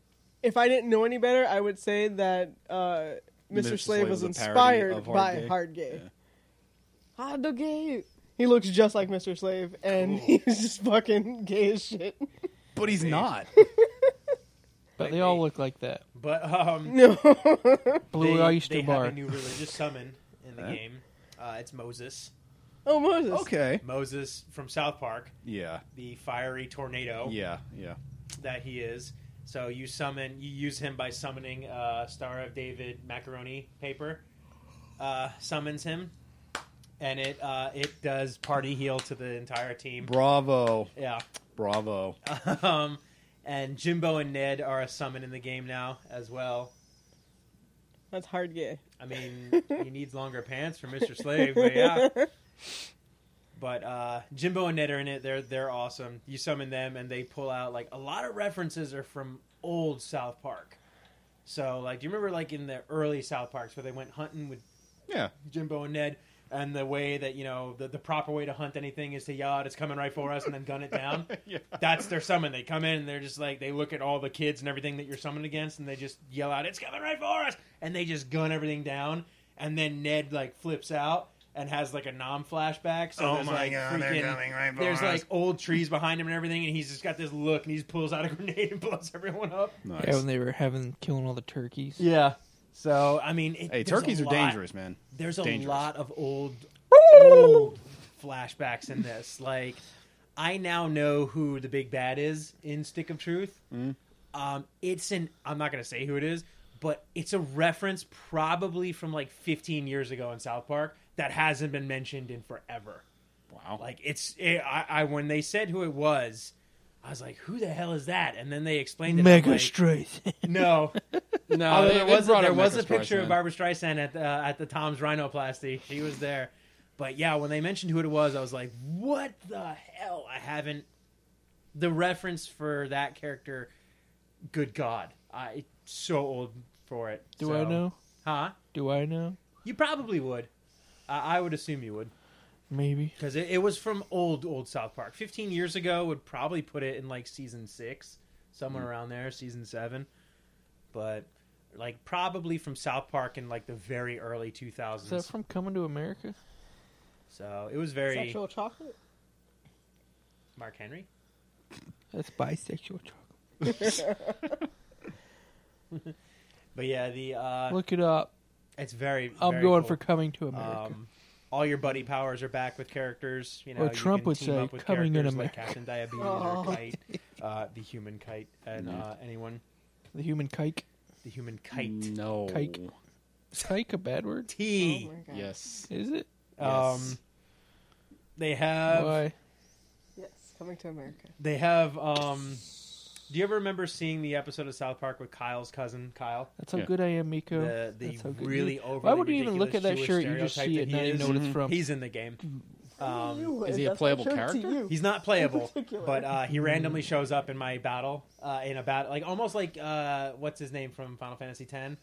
I: if I didn't know any better, I would say that uh, Mr. Slave, was,
H: a parody
I: inspired
H: of Hard
I: by
H: Gay.
I: Hard Gay. Hard Gay. He looks just like Mr. Slave, and he's just fucking gay as shit.
H: But he's not.
J: But they all look like that.
G: But um,
I: No.
J: Blue
G: they, they
J: oyster
G: have
J: bar.
G: a new religious summon in the game. Uh, it's Moses.
I: oh, Moses.
H: Okay.
G: Moses from South Park,
H: Yeah.
G: the fiery tornado
H: Yeah. Yeah.
G: that he is. So you summon, you use him by summoning uh, Star of David macaroni paper. Uh, summons him, and it uh, it does party heal to the entire team.
H: Bravo.
G: Yeah.
H: Bravo.
G: Um, and Jimbo and Ned are a summon in the game now as well.
I: That's Hard Gay.
G: I mean, he needs longer pants for Mr. Slave, but yeah. But uh, Jimbo and Ned are in it. They're they're awesome. You summon them, and they pull out like a lot of references are from old South Park. So like, do you remember like in the early South Parks where they went hunting with
H: Yeah.
G: Jimbo and Ned, and the way that you know the, the proper way to hunt anything is to yell out, "It's coming right for us," and then gun it down.
H: Yeah.
G: That's their summon. They come in and they're just like they look at all the kids and everything that you're summoned against, and they just yell out, "It's coming right for us!" and they just gun everything down. And then Ned like flips out and has like a nom flashback. So
C: Oh
G: there's,
C: my
G: like,
C: God, they're
G: freaking-
C: coming right for
G: There's
C: us.
G: like old trees behind him and everything, and he's just got this look, and he just pulls out a grenade and blows everyone up.
H: Nice.
J: Yeah, when they were having killing all the turkeys.
G: Yeah. So I mean, it,
H: hey,
G: there's a
H: turkeys are
G: lot-
H: dangerous, man.
G: there's a
H: Dangerous.
G: lot of old, old flashbacks in this. Like, I now know who the big bad is in Stick of Truth.
H: Mm.
G: Um, it's an I'm not gonna say who it is, but it's a reference probably from like 15 years ago in South Park that hasn't been mentioned in forever.
H: Wow.
G: Like it's it, I, I when they said who it was, I was like, who the hell is that? And then they explained it. I'm
J: Mega
G: like,
J: strength.
G: No,
H: No,
G: Although there was a, there was a picture of Barbara Streisand at the, uh, at the Tom's rhinoplasty. She was there, but yeah, when they mentioned who it was, I was like, "What the hell?" I haven't the reference for that character. Good God, I so old for it.
J: Do
G: So-
J: I know?
G: Huh?
J: Do I know?
G: You probably would. I I would assume you would
J: Maybe.
G: because it, it was from old old South Park. Fifteen years ago would probably put it in like season six, somewhere around there, season seven, but like probably from South Park in like the very early two
J: Is that
G: thousands.
J: from Coming to America?
G: So it was very
I: Sexual chocolate?
G: Mark Henry.
J: That's bisexual chocolate.
G: But yeah, the uh,
J: Look it up.
G: it's very.
J: I'm
G: very
J: going
G: cool.
J: for Coming to America.
G: Um, all your buddy powers are back with characters. You know,
J: Or
G: you
J: Trump
G: can
J: would
G: team
J: say,
G: up with
J: "Coming in Oh,
G: characters like
J: America."
G: Captain Diabetes or Kite, uh, the human kite, and uh, anyone,
J: the human kike.
G: the human kite.
H: No.
J: Kike. Is kike a bad word?
G: T.
I: Oh my God.
H: E. Yes.
J: Is it?
G: Um,
H: Yes.
G: they have
J: Why?
I: Yes. Coming to America.
G: they have. Um, do you ever remember seeing the episode of South Park with Kyle's cousin Kyle?
J: That's how
H: Yeah.
J: good I am, Miko.
G: The the
J: That's how good
G: really
J: you-
G: overly
J: Why would you even look at that
G: ridiculous
J: shirt?
G: Jewish
J: You just
G: stereotype
J: see it, Mm-hmm.
G: that
J: and not
G: he
J: even know what it's from.
G: He's in the game. Um,
I: You
H: is he a
I: would. That's
H: playable
I: what showed it to
H: character?
I: you.
G: he's not playable,
I: Particular.
G: but uh, he randomly
J: Mm-hmm.
G: shows up in my battle uh, in a battle, like almost like uh, what's his name from Final Fantasy X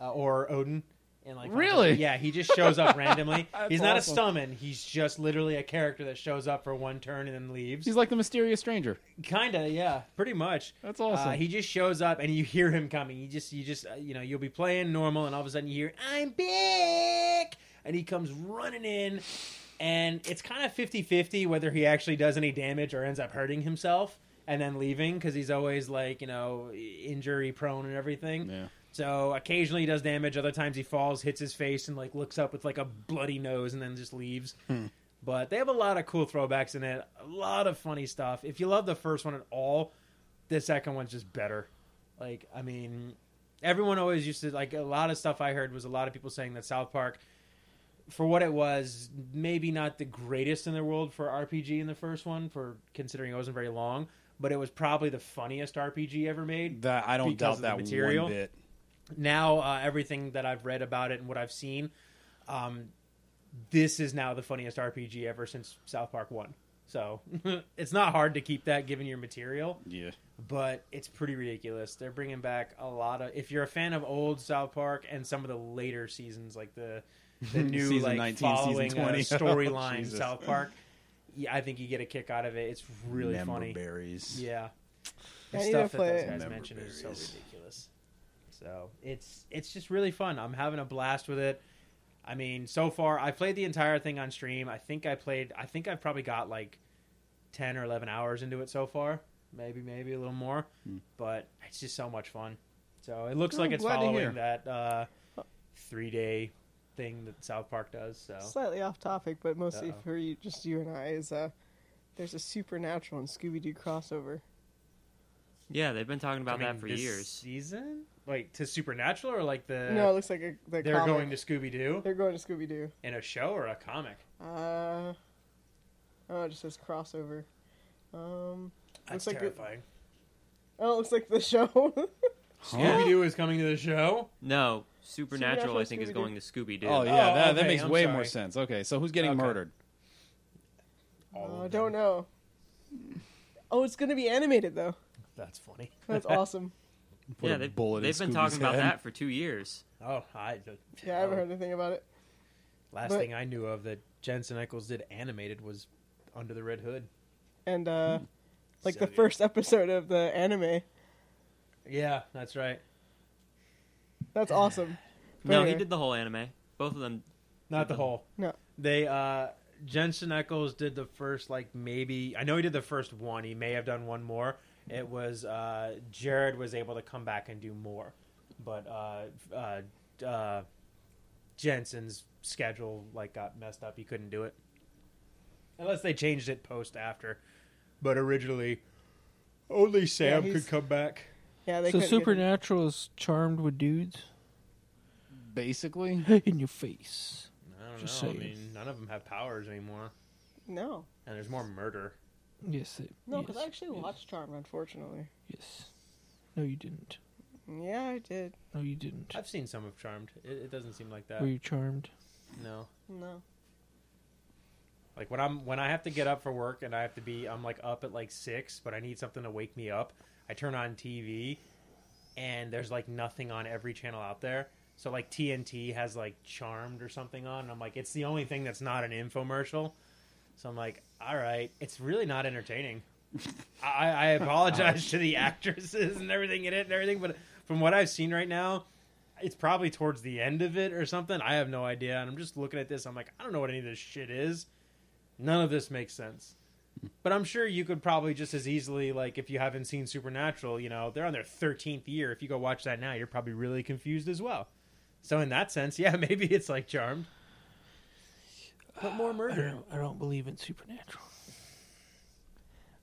G: uh, or Odin. In like Final
H: Really?
G: Fantasy- yeah, he just shows up randomly.
H: That's
G: he's not
H: awesome.
G: a summon. He's just literally a character that shows up for one turn and then leaves.
H: He's like the mysterious stranger.
G: Kinda, yeah, pretty much.
H: That's awesome.
G: Uh, he just shows up, and you hear him coming. You just, you just, uh, you know, you'll be playing normal, and all of a sudden you hear, "I'm big," and he comes running in, and it's kind of 50-50 whether he actually does any damage or ends up hurting himself and then leaving because he's always like, you know, injury prone and everything.
H: Yeah.
G: So occasionally he does damage. Other times he falls, hits his face, and like looks up with like a bloody nose, and then just leaves. But they have a lot of cool throwbacks in it, a lot of funny stuff. If you love the first one at all, the second one's just better. Like, I mean, everyone always used to like a lot of stuff I heard was a lot of people saying that South Park, for what it was, maybe not the greatest in the world for RPG in the first one, for considering it wasn't very long, but it was probably the funniest RPG ever made.
H: That I don't
G: Because
H: doubt
G: of the
H: that
G: material.
H: one bit.
G: now uh, everything that I've read about it and what I've seen, um, this is now the funniest RPG ever since South Park One. So it's not hard to keep that given your material
H: Yeah.
G: but it's pretty ridiculous. They're bringing back a lot of. If you're a fan of old South Park and some of the later seasons, like the the new
H: Season
G: like
H: 19, season
G: following uh,
H: 20. Oh,
G: storyline
H: Jesus.
G: South Park, yeah, I think you get a kick out of it. It's really
H: Member
G: funny.
H: berries.
G: Yeah, the
I: I need
G: stuff that
I: to play
G: those
I: it.
G: guys
H: Member
G: mentioned is so
H: berries.
G: ridiculous. So it's it's just really fun. I'm having a blast with it. I mean, so far I played the entire thing on stream. I think I played. I think I've probably got like ten or eleven hours into it so far. Maybe maybe a little more.
I: Hmm.
G: But it's just so much fun. So it looks
H: Oh,
G: like it's
H: glad to hear.
G: following that uh,
I: Oh.
G: three day thing that South Park does. So
I: Slightly off topic, but mostly
G: Uh-oh.
I: for you, just you and I, is uh, there's a supernatural and Scooby Doo crossover.
K: Yeah, they've been talking about
G: I mean,
K: that for
G: this
K: years.
G: Season like to Supernatural or like the
I: no, it looks like a, the
G: they're
I: comic.
G: going to Scooby Doo
I: They're going to Scooby Doo.
G: in a show or a comic.
I: Uh, oh, it just says crossover. Um,
G: That's
I: Looks like it-
G: terrifying.
I: oh, it looks like the show. Oh,
G: Scooby Doo is coming to the show.
K: No, Supernatural, I think, is
I: Supernatural,
K: going to Scooby Doo.
H: Oh yeah,
G: Oh,
H: that, that
G: okay,
H: makes
G: I'm
H: way
G: sorry.
H: more sense. Okay, so who's getting
G: Okay.
H: murdered?
I: I Uh, don't know. Oh, it's gonna be animated though.
G: That's funny.
I: That's awesome.
H: Put
K: yeah,
H: a
K: they've,
H: bullet in
K: they've been
H: Scooby's
K: talking about
H: head.
K: that for two years.
G: Oh, I the,
I: Yeah,
G: Oh.
I: I haven't heard anything about it.
G: last
I: but-
G: thing I knew of that Jensen Ackles did animated was Under the Red Hood.
I: And uh,
G: Hmm.
I: like
G: So
I: the
G: good.
I: first episode of the anime.
G: Yeah, that's right.
I: That's awesome.
K: No, he
I: Anyway.
K: did the whole anime. Both of them.
G: Not the whole.
I: No.
G: They uh Jensen Ackles did the first like maybe I know he did the first one. He may have done one more. It was uh Jared was able to come back and do more. But uh uh uh Jensen's schedule like got messed up. He couldn't do it. Unless they changed it post after. But originally only Sam
I: he's-
G: could come back.
I: Yeah, they
J: so
I: couldn't get-
J: Supernatural is charmed with dudes
H: Basically,
J: in your face.
G: I don't
J: Just
G: know. I
J: saying.
G: mean, none of them have powers anymore.
I: No,
G: And there's more murder.
J: Yes. It,
I: no,
J: yes,
I: because I actually watched Charmed. Unfortunately,
J: Yes. No, you didn't.
I: yeah, I did.
J: No, you didn't.
G: I've seen some of Charmed. It, it doesn't seem like that.
J: Were you charmed?
G: No.
I: No,
G: Like when I'm when I have to get up for work and I have to be I'm like up at like six, but I need something to wake me up. I turn on TV, and there's like nothing on every channel out there. So like TNT has like Charmed or something on. And I'm like, it's the only thing that's not an infomercial. So I'm like, all right, it's really not entertaining. I, I apologize to the actresses and everything in it and everything, but from what I've seen right now, it's probably towards the end of it or something. I have no idea. And I'm just looking at this. I'm like, I don't know what any of this shit is. None of this makes sense. But I'm sure you could probably just as easily, like, if you haven't seen Supernatural, you know, they're on their 13th year. If you go watch that now, you're probably really confused as well. So, in that sense, yeah, maybe it's like Charmed. But more
J: I
G: murder.
J: don't, I don't believe in supernatural.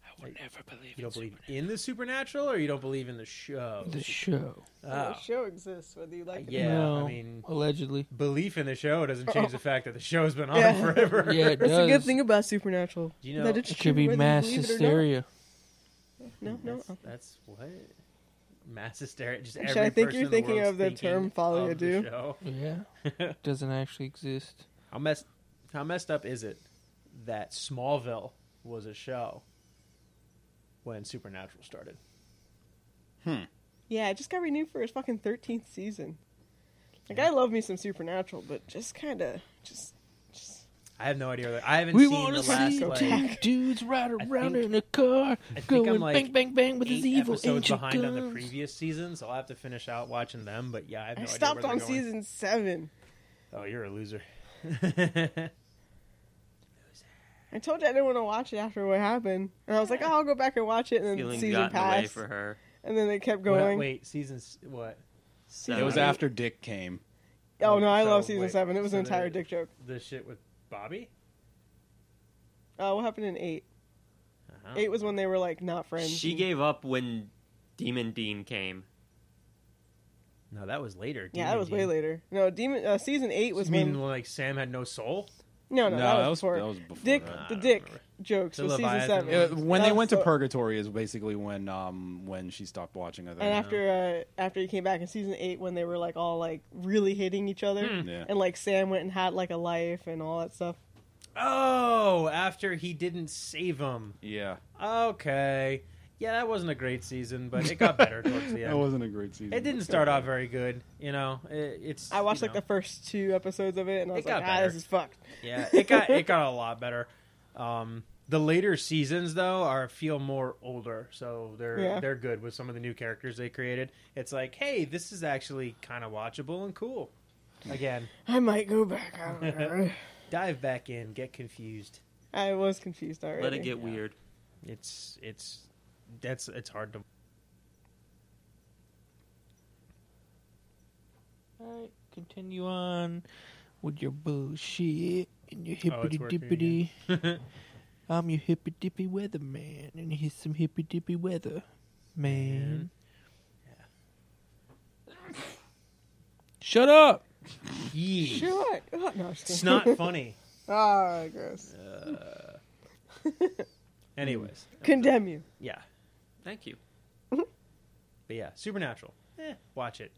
J: I would never believe
G: You
J: in
G: don't believe in the supernatural or you don't believe in the show?
J: the show.
G: Oh.
I: the show exists whether you like it.
G: Yeah, I
J: no,
G: mean-
J: allegedly.
G: Belief in the show doesn't change the fact that the show's been on
I: Yeah.
G: forever.
J: Yeah, it
I: That's
J: does.
I: the good thing about Supernatural.
G: You know,
I: that it's
J: It
I: true
J: could be
I: whether you
J: mass
I: believe it or not.
J: hysteria.
I: No, no.
G: That's, that's what? Mass hysteria. Just
I: Actually,
G: every
I: I think you're
G: person in the
I: thinking
G: world's
I: of the
G: thinking
I: term folly
G: of the
I: ado.
G: show.
J: Yeah, it doesn't actually exist.
G: How messed how messed up is it that Smallville was a show when Supernatural started?
I: Yeah, it just got renewed for his fucking thirteenth season. Like I love me some Supernatural, but just kind of just just
G: I have no idea. I haven't
J: We
G: seen
J: want
G: the
J: to
G: last
J: see
I: go
G: like
J: two dudes ride around
G: think-
J: in a car,
G: I think
J: going
G: I'm like
J: bang bang bang with his
G: eight
J: evil
G: episodes
J: ancient
G: behind
J: guns.
G: on the previous season, so I'll have to finish out watching them. But yeah, I have no
I: I
G: idea
I: stopped
G: where they're
I: on
G: going.
I: season seven.
G: Oh, you're a loser. yeah,
I: I told you I didn't want to watch it after what happened, and I was like, oh, I'll go back and watch it. And then
K: Feeling
I: season
K: gotten away
I: passed,
K: for her.
I: and then they
G: wait,
I: kept going.
G: seasons what?
K: So,
H: it was after Dick came.
I: Oh no, I
G: So,
I: love season
G: wait,
I: seven. It was
G: so
I: an entire
G: the-
I: dick joke.
G: The shit with Bobby.
I: Uh, what happened in eight?
G: Uh-huh.
I: Eight was when they were like not friends.
K: She gave up when Demon Dean came.
G: No, that was later.
I: Yeah,
G: Demon
I: that was way
G: Dean.
I: later. No, demon uh, season eight
G: You
I: was
G: mean
I: when.
G: like Sam had no soul?
I: No,
H: No,
I: no, that, was
H: that was-
I: before.
H: that was before
I: Dick,
H: that.
I: the Dick jokes
G: The
I: was season
G: Leviathan
I: seven.
H: Uh, when
I: That
H: they
I: was
H: went to
I: so-
H: Purgatory is basically when um when she stopped watching. I think.
I: and after uh, after he came back in season eight, when they were like all like really hating each other,
H: Hmm. Yeah.
I: and like Sam went and had like a life and all that stuff.
G: Oh, after he didn't save him.
H: yeah,
G: Okay. Yeah, that wasn't a great season, but it got better towards the
H: that
G: end.
H: wasn't a great season.
G: It didn't start off very good, you know. It, it's
I: I watched
G: you
I: like
G: know.
I: the first two episodes of it, and I was
G: It
I: like,
G: got
I: ah,
G: better.
I: this is fucked.
G: Yeah, it got it got a lot better. Um, the later seasons though are feel more older, so they're
I: Yeah.
G: they're good with some of the new characters they created. It's like, hey, this is actually kind of watchable and cool. Again,
I: I might go back. I don't know.
G: dive back in, get confused.
I: I was confused already.
K: Let it get weird.
G: It's it's that's it's hard to.
J: Alright, continue on with your bullshit and your hippity
G: Oh, working
J: dippity. I'm your hippy dippy weather man, and here's some hippy dippy weather, man. Shut up!
G: Yeah.
I: You're right. Oh, no, I'm just
G: It's
I: kidding.
G: not funny.
I: Ah, gross.
G: Anyways,
I: Condemn you.
J: Mm-hmm.
G: yeah,
K: Thank you.
G: but yeah, Supernatural. Eh, watch it.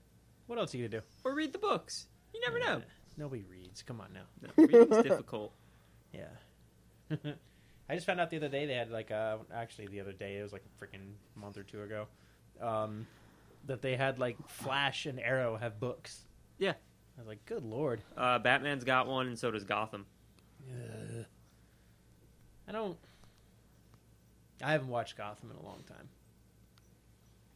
G: What else are you gonna do?
K: Or read the books. You never know.
G: Nobody reads. Come on now.
K: No, reading's difficult.
G: Yeah. I just found out the other day they had like uh actually the other day it was like a freaking month or two ago um that they had like Flash and Arrow have books.
K: Yeah.
G: I was like, "Good lord."
K: Uh, Batman's got one, and so does Gotham.
G: I don't I haven't watched Gotham in a long time.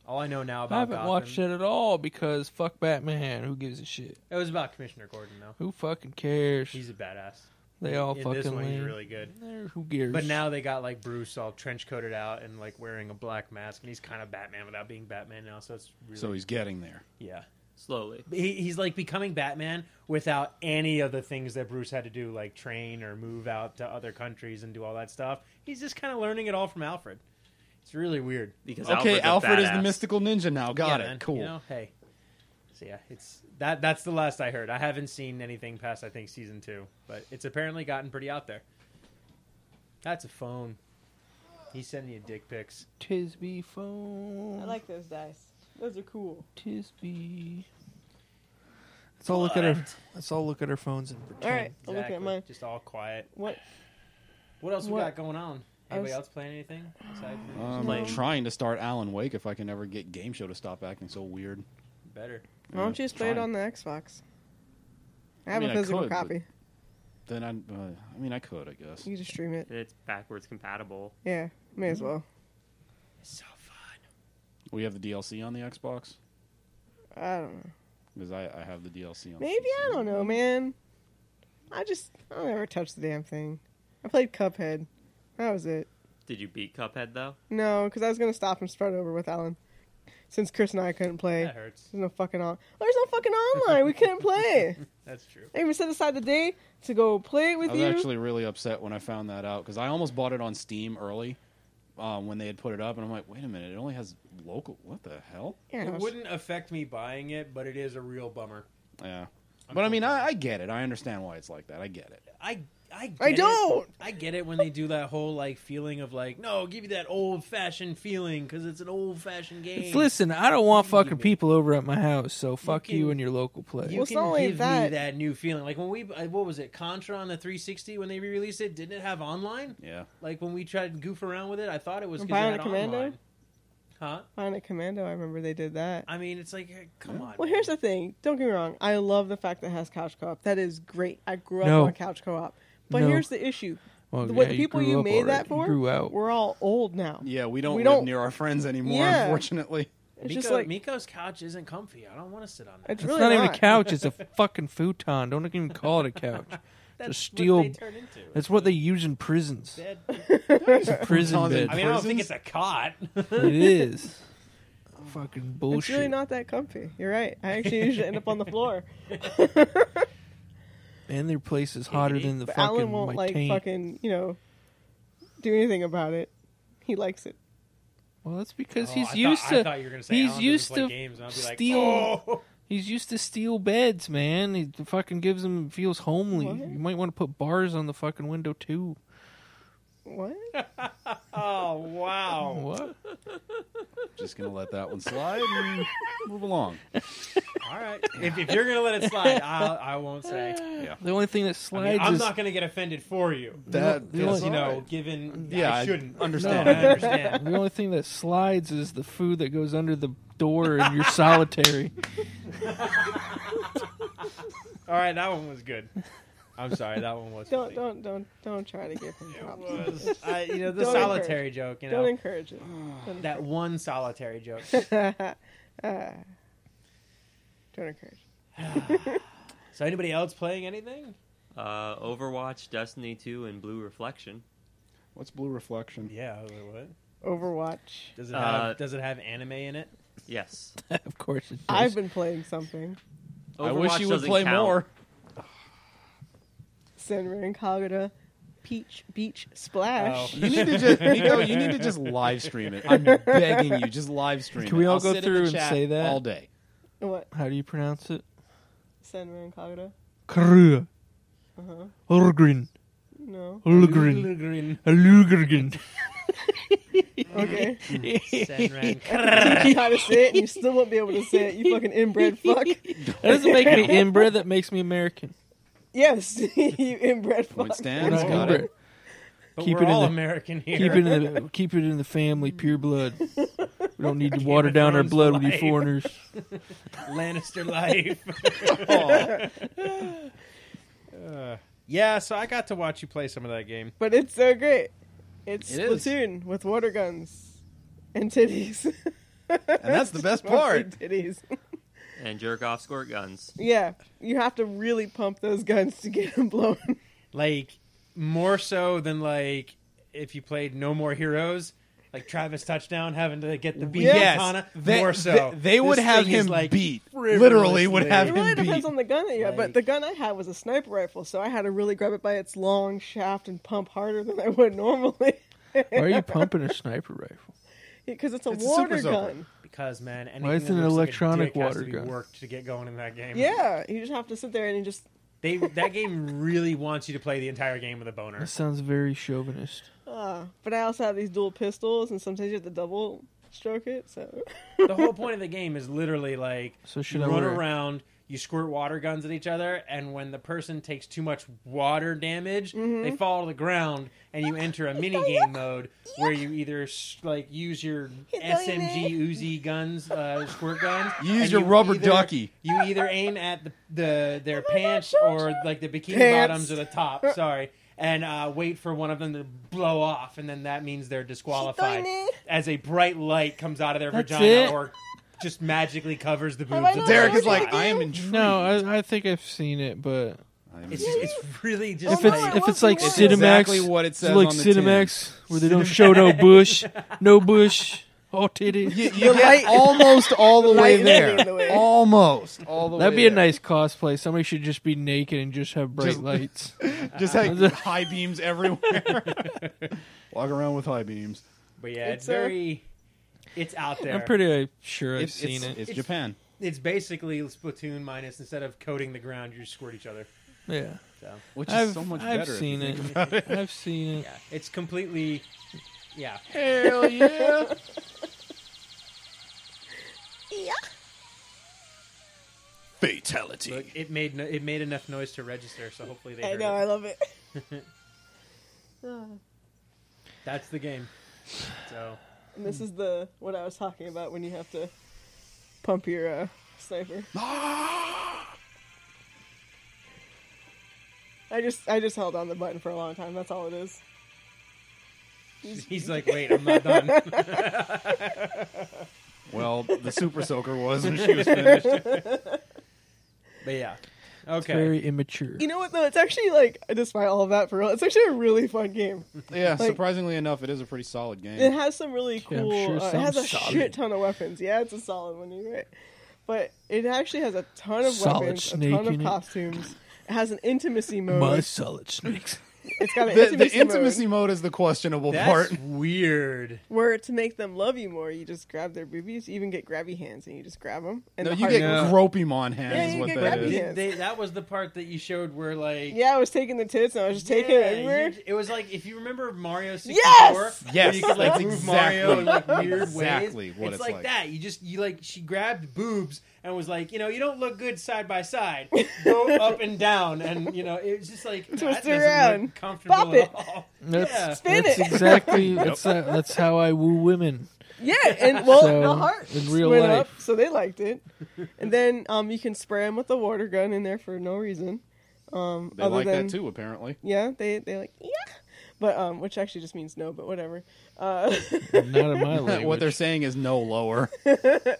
G: All I know now about
J: I haven't
G: Gotham
J: watched it at all because fuck Batman. Who gives a shit?
G: it was about Commissioner Gordon though.
J: Who fucking cares?
G: He's a badass.
J: they all
G: in
J: fucking
G: this one he's
J: lame.
G: really good.
J: Eh, Who cares?
G: But now they got like Bruce all trench coated out and like wearing a black mask and he's kind of Batman without being Batman now, so it's really
H: So he's getting there.
G: yeah.
K: Slowly.
G: he, he's like becoming Batman without any of the things that Bruce had to do, like train or move out to other countries and do all that stuff. He's just kind of learning it all from Alfred. It's really weird.
K: Because
H: Okay,
K: Alfred's a
H: Alfred is the
K: badass.
H: mystical ninja now. Got
G: Yeah,
H: it.
G: man,
H: cool.
G: You know, hey. So yeah, it's that. That's the last I heard. I haven't seen anything past I think season two, but it's apparently gotten pretty out there. That's a phone. He's sending you dick pics.
J: tis be phone.
I: I like those dice. Those are cool.
J: tis be. Let's all look at our. Let's all look at our phones and pretend.
I: All right, I'm looking
G: Exactly.
I: at mine.
G: Just all quiet.
I: What?
G: What else we
I: What-
G: got going on?
I: I
G: Anybody
I: was-
G: else playing anything? Aside from
H: Um,
K: Lame.
H: trying to start Alan Wake if I can ever get Game Show to stop acting so weird.
G: better.
I: Why don't you just play it
H: Trying.
I: on the Xbox? I
H: I
I: have
H: mean, I
I: a physical
H: could, but-
I: copy.
H: Then I, uh, I mean, I could, I guess.
I: You can just stream it.
K: And it's backwards compatible.
I: Yeah, may as well.
G: It's so fun.
H: We have the DLC on the Xbox
I: I don't know.
H: because I, I have the DLC on.
I: Maybe I don't know, man. I just I don't ever touch the damn thing. I played Cuphead. That was it.
K: Did you beat Cuphead though?
I: No, because I was gonna stop and start over with Alan, since Chris and I couldn't play.
G: That hurts.
I: There's no fucking on. There's no fucking online. We couldn't play.
G: That's true.
I: I even set aside the day to go play it with
H: I was
I: you.
H: actually really upset when I found that out because I almost bought it on Steam early um, when they had put it up, and I'm like, wait a minute, it only has local. What the hell?
I: Yeah, I
G: It
I: was-
G: wouldn't affect me buying it, but it is a real bummer.
H: Yeah. But I mean, I, I get it. I understand why it's like that. I get it.
G: I I get
I: I
G: it.
I: don't.
G: I get it when they do that whole like feeling of like no, give you that old fashioned feeling because it's an old fashioned game.
J: It's- Listen, I don't want fucking
G: Even.
J: people over at my house, so fuck you,
G: can-
J: and your local play.
G: You
I: Well, it's
G: can
I: not only
G: give me
I: that-
G: that new feeling. Like when we, uh, what was it, Contra on the 360 when they re released it? Didn't it have online?
H: Yeah.
G: Like when we tried to goof around with it, I thought it was because it
I: Bionic
G: had
I: Commando?
G: online. Huh?
I: Bionic Commando. I remember they did that.
G: I mean, it's like, eh, come on. man.
I: Well, here's the thing. Don't get me wrong. I love the fact that it has couch co-op. That is great. I grew up
J: No.
I: on couch co-op. But
J: No.
I: here's the issue.
J: Well,
I: the
J: Oh, yeah,
I: what people
J: grew
I: you
J: up
I: made that for,
J: already. You grew out.
I: we're all old now.
H: Yeah, we don't
I: We
H: live
I: don't-
H: near our friends anymore,
I: Yeah.
H: unfortunately.
I: It's
G: Miko,
I: just like
G: Miko's couch isn't comfy. I don't want to sit on that.
I: it's
J: It's
I: really
J: not, even a couch. It's a fucking futon. Don't even call it a couch. It's a
G: That's
J: steel.
G: what they turn into.
J: That's what they use in prisons.
G: Bed.
J: Prison
H: Futons in
J: bed.
G: I mean, I don't think
H: Prisons?
G: it's a cot.
J: it is. Fucking bullshit.
I: It's really not that comfy. You're right. I actually usually end up on the floor.
J: And their place is hotter than the
I: But
J: fucking
I: Alan won't
J: my
I: like
J: taint.
I: fucking, you know, do anything about it. He likes it.
J: Well, that's because
G: Oh,
J: he's
G: I
J: used
G: thought- I
J: to.
G: thought you were gonna say
J: he's
G: Alan doesn't
J: used
G: play
J: to
G: games, and I'll be like,
J: steel.
G: "Oh."
J: He's used to steel beds, man. He fucking gives him feels homely.
I: What?
J: You might want to put bars on the fucking window too.
I: What?
G: Oh wow!
J: What?
H: Just gonna let that one slide and move along.
G: All right. If, if you're gonna let it slide, I'll, I won't say.
J: The only thing that
G: I
J: slides
G: mean, I'm
J: is
G: not gonna get offended for you.
H: That
J: the only-
G: you know,
H: alright.
G: given
H: Yeah,
G: I
H: I
G: shouldn't
H: understand.
G: No, I understand.
J: the only thing that slides is the food that goes under the door and you're solitary.
G: All right, that one was good. I'm sorry, that one was.
I: Don't
G: funny.
I: don't don't don't try to give him
G: It
I: props.
G: was. I, you know, the
I: Don't
G: solitary joke. You
I: Don't
G: know,
I: encourage it.
G: that one solitary joke.
J: Oh.
I: Uh, Don't encourage. it.
G: So, anybody else playing anything?
K: Uh, Overwatch, Destiny 2, and Blue Reflection.
H: What's blue reflection?
G: Yeah. wait, What?
I: Overwatch.
G: Does it have?
K: Uh,
G: does it have anime in it?
K: Yes.
J: of course it does.
I: I've been playing something.
K: Overwatch
J: I wish you would
K: doesn't
J: play
K: count.
J: more.
I: Senran Kagura, Peach Beach Splash.
J: Oh.
H: You need to just Nico. You need to just live stream it. I'm begging you, just live stream.
J: Can we
H: it.
J: all
H: I'll
J: go
H: sit in the
J: through and
H: chat
J: say that?
H: all day?
I: What?
J: How do you pronounce it?
I: Senran Kagura?
J: Krua.
I: Uh-huh.
J: Ulgrin.
I: No.
J: Ulgrin.
G: Lugrin.
J: Ulgrin.
I: Okay.
G: Senran.
I: you try to say it and you still won't be able to say it, you fucking inbred fuck.
J: That doesn't make me inbred, that makes me American.
I: Yes, you inbred fuck.
H: Point
J: We're
H: stands.
J: not
H: Got
J: inbred.
H: it.
G: But
J: Keep
G: we're
J: it in
G: all
J: the-
G: American here.
J: Keep it in the keep it in the family, pure blood. We don't need to water down our
G: Thrones
J: blood with you
G: life.
J: foreigners.
G: Lannister life.
H: Oh.
G: Uh, yeah, so I got to watch you play some of that game.
I: But it's so great. It's
H: It is.
I: Splatoon with water guns and titties.
H: And that's the best
I: Mostly
H: part.
I: titties.
K: And jerk off squirt guns.
I: yeah, you have to really pump those guns to get them blown.
G: Like more so than like if you played No More Heroes, like Travis touchdown having to get the beat
H: Yes,
G: katana.
H: they-
G: more so,
H: they, they would
G: This
H: have
G: thing is,
H: him
G: like,
H: beat. Literally would
G: frivolously-
H: have
I: It
H: him
I: really
H: beat.
I: depends on the gun that you have,
G: Like-
I: but the gun I had was a sniper rifle, so I had to really grab it by its long shaft and pump harder than I would normally.
J: Why are you pumping a sniper rifle?
I: Because it's a
H: It's a
I: water
H: super soaker.
I: gun.
G: because man, anything
J: Why is
G: that
J: it an
G: looks like a
J: electronic
G: dick has
J: water
G: to be
J: gun?
G: worked to get going in that game?
I: Yeah, you just have to sit there and you just.
G: they that game really wants you to play the entire game with a boner.
J: That sounds very chauvinist.
I: Uh, but I also have these dual pistols, and sometimes you have to double stroke it. So
G: the whole point of the game is literally like
J: So should
G: you
J: I
G: run
J: wear-
G: around, you squirt water guns at each other, and when the person takes too much water damage, they fall to the ground, and you enter a mini game mode where you either s- like use your SMG Uzi guns, uh, squirt guns,
H: You use
G: and
H: your rubber
G: either-
H: ducky.
G: You either aim at the, the their pants or like the bikini
I: Pants.
G: bottoms or the top. Sorry. And uh, wait for one of them to blow off, and then that means they're disqualified. As a bright light comes out of their
J: That's
G: vagina,
J: it?
G: or just magically covers the
I: Have
G: boobs.
I: I
G: of
I: not
G: the
H: Derek is
I: What
H: like,
I: do you
H: I am
I: do?
H: intrigued.
J: No, I, I think I've seen it, but
G: It's just, it's really just
J: if
I: no,
J: it's
I: it
G: like,
J: if it's
I: wasn't
J: like
I: worse.
J: Cinemax,
H: Exactly what it
J: it's
H: says
J: like
H: on the tin.
J: Cinemax where they don't show no bush, no bush, all titties.
H: You, you get almost all the way
I: Lightning in the
H: there.
I: way.
H: Almost all the
J: That'd
H: way
J: be a
H: there.
J: nice cosplay. Somebody should just be naked and just have bright
H: Just-
J: lights.
H: Just like high beams everywhere. Walk around with high beams.
G: but yeah, it's,
I: It's, uh,
G: very, it's out there.
J: I'm pretty sure I've
H: It's-
J: seen
H: it's-
J: it.
H: It's Japan.
G: It's basically Splatoon minus instead of coating the ground, you just squirt each other.
J: Yeah,
H: Which is
J: I've,
H: so much
J: I've
H: better. if
J: seen
H: you
J: it.
H: think
J: I've seen it.
G: Yeah, it's completely, yeah.
H: Hell yeah!
G: Look,
H: Fatality.
G: it made no, it made enough noise to register, so hopefully they.
I: I
G: Heard
I: know I
G: it.
I: love it. Ah.
G: That's the game. So
I: And this is the what I was talking about when you have to pump your uh, sniper. I just I just held on the button for a long time. That's all it is.
G: he's like, wait, I'm not done.
H: Well, the super soaker was when she was finished.
G: But yeah, okay.
J: Very immature.
I: You know what though? It's actually like despite all of that for real, it's actually a really fun game.
H: Yeah,
I: Like-
H: surprisingly enough, it is a pretty solid game.
I: It has some really
J: Yeah, I'm
I: cool.
J: sure
I: uh, it
J: some
I: has a
J: solid-
I: shit ton of weapons. Yeah, it's a solid one. You're right, but it actually has a ton of
J: Solid
I: weapons, a
J: snake
I: ton of
J: in it.
I: costumes. It has an intimacy mode.
J: My solid snakes.
I: It's got an
H: the,
I: intimacy,
H: the intimacy
I: mode.
H: mode. is the questionable
G: That's
H: part.
G: weird.
I: Where to make them love you more, you just grab their boobies. You even get grabby hands, and you just grab them. And
H: No,
I: the
H: you
I: heart
H: get
I: goes-
H: gropemon hands
I: Yeah,
H: is
I: you
H: what
I: get
H: that
I: grabby
H: is.
I: hands.
G: Did they, that was the part that you showed where like
I: Yeah, I was taking the tits, and I was just taking it
G: Yeah,
I: everywhere.
G: you- it was like if you remember Mario 64,
I: Yes!
G: where
H: Yes,
G: you could like
H: that's
G: move
H: exactly-
G: Mario in like weird
H: exactly
G: ways.
H: what
G: it's,
H: it's
G: like,
H: like.
G: that. You just you like she grabbed boobs and was like, you know, you don't look good side by side. Go up and down, and you know, it was just like that
I: Twist
G: doesn't
I: around.
G: look comfortable
I: Pop
G: at
I: it.
G: all.
J: That's,
G: Yeah.
I: Spin
J: that's
I: it.
J: exactly that's, uh, that's how I woo women.
I: Yeah, and well,
J: So,
I: the heart
J: in real
I: went
J: life.
I: up, so they liked it. And then um, you can spray them with a water gun in there for no reason. Um,
H: They
I: other
H: like
I: than,
H: that too, apparently.
I: Yeah, they they like yeah, but um, which actually just means no, but whatever. Uh,
J: Not in my language.
H: what they're saying is no lower.
I: it's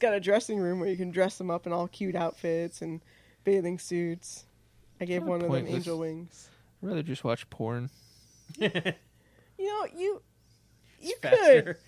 I: got a dressing room where you can dress them up in all cute outfits and bathing suits. I gave
J: Kinda
I: one of them
J: pointless.
I: angel wings.
J: I'd rather just watch porn.
I: You know, you you could.
G: Faster.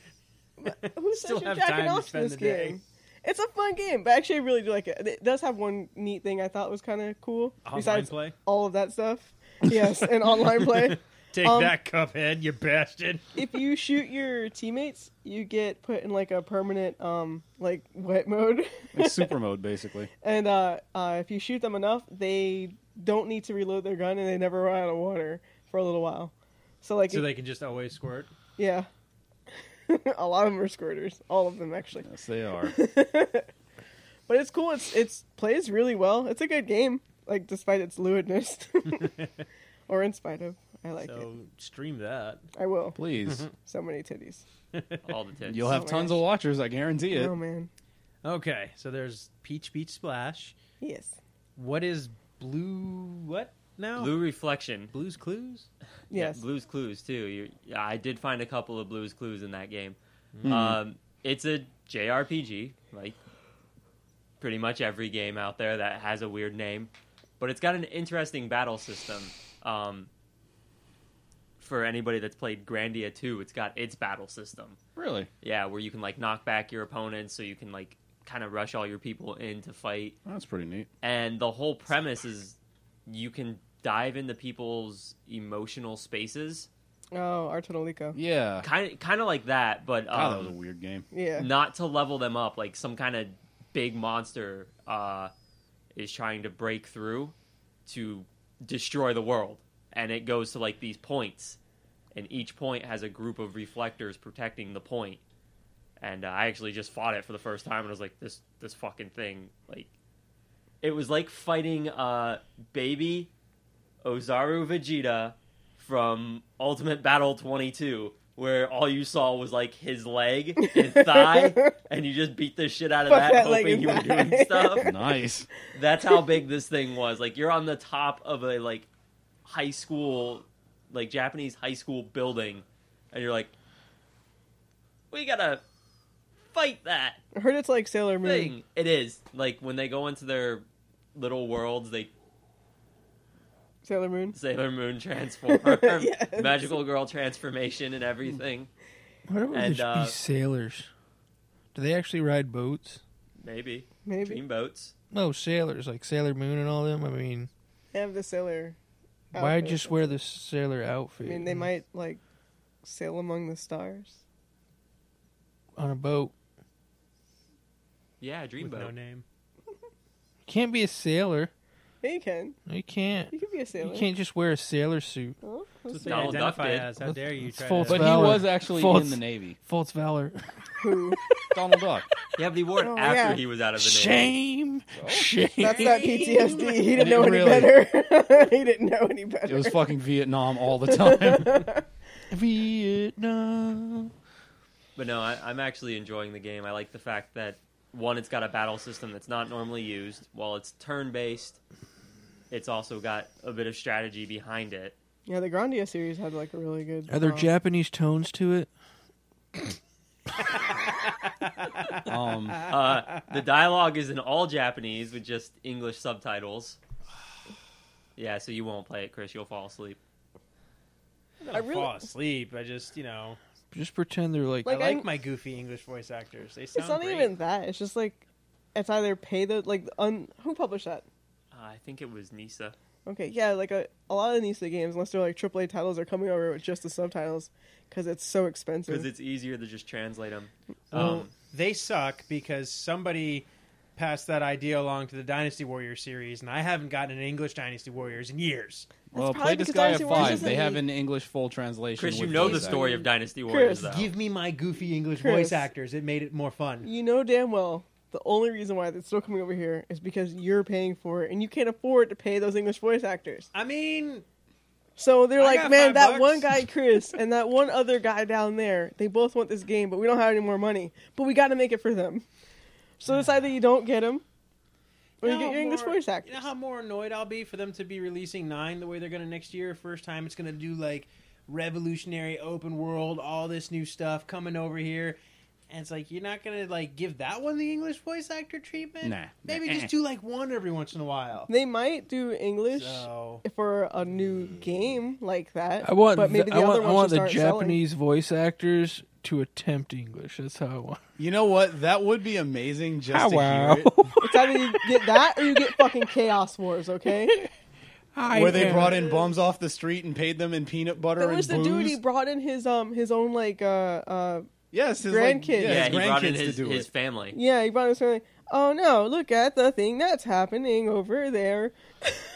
I: Who says
G: Still
I: you're
G: have
I: jacking
G: time to
I: off to
G: spend
I: this
G: the day.
I: game? It's a fun game, but actually, I really do like it. It does have one neat thing I thought was kind of cool.
G: Online
I: besides
G: play?
I: all of that stuff, yes, and online play.
G: Take
I: Um,
G: that, Cuphead, you bastard.
I: If you shoot your teammates, you get put in like a permanent, um, like wet mode,
H: It's super mode, basically.
I: and uh, uh, if you shoot them enough, they don't need to reload their gun, and they never run out of water for a little while. So like,
G: So
I: it-
G: they can just always squirt.
I: yeah, a lot of them are squirters, all of them actually.
H: Yes, they are.
I: But it's cool. It's it's plays really well. It's a good game, like despite its lewdness, or in spite of. I like
G: so stream that.
I: it. I will.
H: Please,
I: So many titties.
K: All the tits.
H: you'll have
I: Oh my
H: tons
I: gosh.
H: of watchers. I guarantee it.
I: Oh man.
G: Okay, so there's Peach Beach Splash.
I: Yes.
G: What is blue? What now?
K: Blue reflection.
G: Blue's Clues.
K: Yeah,
I: Yes.
K: Blue's Clues too. You, yeah, I did find a couple of Blue's Clues in that game. Um, it's a JRPG, like pretty much every game out there that has a weird name, but it's got an interesting battle system. Um, for anybody that's played Grandia 2, it's got its battle system.
H: Really?
K: Yeah, where you can like knock back your opponents, so you can like kind of rush all your people in to fight
H: That's pretty neat.
K: and the whole premise is you can dive into people's emotional spaces
I: Oh, Artodolico.
H: Yeah.
K: kind of kind of like that but
H: God, Oh, that was a
K: um,
H: weird game.
I: Yeah.
K: not to level them up like some kind of big monster uh, is trying to break through to destroy the world and it goes to like these points and each point has a group of reflectors protecting the point and uh, i actually just fought it for the first time and i was like this this fucking thing like it was like fighting uh baby ozaru vegeta from ultimate battle 22 where all you saw was like his leg and thigh and you just beat the shit out of
I: Fuck
K: that,
I: that leg
K: hoping
I: and
K: you were
I: thigh.
K: doing stuff
H: Nice.
K: that's how big this thing was. Like you're on the top of a like high school, like Japanese high school building, and you're like, we gotta fight that
I: I heard it's like Sailor Moon.
K: thing. It is like when they go into their little worlds, they
I: Sailor Moon.
K: Sailor Moon transform,
I: Yes.
K: magical girl transformation, and everything.
J: Why don't we
K: And,
J: just
K: uh,
J: be sailors? Do they actually ride boats?
K: Maybe
I: Maybe
K: dream boats.
J: No, sailors like Sailor Moon and all them. I mean,
I: They have the sailor.
J: why
I: outfit.
J: just wear the sailor
I: I
J: outfit?
I: mean, they might like sail among the stars.
J: on a boat.
K: Yeah, dream
G: With no
K: boat.
G: name.
J: You can't be a sailor.
I: Yeah, you can.
J: No, You can't.
I: You can be a
J: You
I: sailor.
J: can't just wear a sailor suit.
I: Oh,
G: That's
K: what Donald Duck
G: identify
K: did.
G: as. How
J: That's-
G: dare you
J: that's
G: try
J: full
G: to...
H: But he
J: Valor.
H: was actually in
J: False.
H: the Navy.
J: False valor.
I: who?
H: Donald Duck.
K: Yeah, but he wore it
I: Oh,
K: after
I: yeah.
K: he was out of the name.
J: Shame. Shame.
I: Oh, That's not PTSD. He didn't know any
H: Really.
I: better. he didn't know any better.
H: It was fucking Vietnam all the time.
J: Vietnam.
K: But no, I, I'm actually enjoying the game. I like the fact that one, it's got a battle system that's not normally used. While it's turn based, it's also got a bit of strategy behind it.
I: Yeah, the Grandia series had like a really good.
J: Are there
I: um,
J: Japanese tones to it?
H: um,
K: Uh, the dialogue is in all Japanese with just English subtitles. Yeah, so you won't play it, Chris. You'll fall asleep.
G: I
I: really-
G: fall asleep. I just, you know,
J: Just pretend they're like.
I: Like,
G: I like
I: I'm-
G: my goofy English voice actors. They sound
I: It's not
G: great.
I: even that. It's just like it's either pay the like un, who published that?
K: Uh, I think it was Nisa.
I: Okay, yeah, like a, a lot of Nisa games, unless they're like AAA titles, are coming over with just the subtitles because it's so expensive.
K: because it's easier to just translate Um, them.
G: Well, they suck because somebody passed that idea along to the Dynasty Warrior series, and I haven't gotten an English Dynasty Warriors in years.
H: Well, play Disgaea Five. They have an English full translation.
K: Chris, you
H: with
K: know the
H: voice
K: story
H: acting.
K: of Dynasty Warriors, though.
G: Give me my goofy English
I: Oh. Chris.
G: voice actors. It made it more fun.
I: You know damn well the only reason why it's still coming over here is because you're paying for it and you can't afford to pay those English voice actors.
G: I mean,
I: So they're
G: I
I: like,
G: got
I: man,
G: five
I: that
G: bucks."
I: one guy, Chris, and that one other guy down there, they both want this game, but we don't have any more money. But we got to make it for them. So it's either you don't get them or you,
G: know
I: get
G: how
I: your English
G: more-
I: voice actors.
G: You know how more annoyed I'll be for them to be releasing nine the way they're going to next year. First time it's going to do like revolutionary open world, all this new stuff coming over here. And it's like you're not gonna like give that one the English voice actor treatment.
H: Nah.
G: maybe
H: Nah.
G: just do like one every once in a while.
I: They might do English
G: So-
I: for a new game like that.
J: I want.
I: but maybe
J: the,
I: the
J: I want,
I: other
J: I
I: ones will
J: want the
I: start selling.
J: Japanese voice actors to attempt English. That's how I want.
H: You know what? That would be amazing. Just
J: Ah,
H: to
J: wow.
H: hear it.
I: It's either you get that or you get fucking Chaos Wars, okay?
J: I
H: Where they
J: am-
H: brought in bums off the street and paid them in peanut butter
I: There
H: and
I: was the
H: booze.
I: dude he brought in his um his own like uh uh
H: yes, his Like,
I: grandkids.
H: yeah,
K: yeah,
H: his
K: he brought in
H: grandkids
K: his,
H: to do
K: his
H: it.
K: family.
I: yeah, he brought his family. Oh no, look at the thing that's happening over there.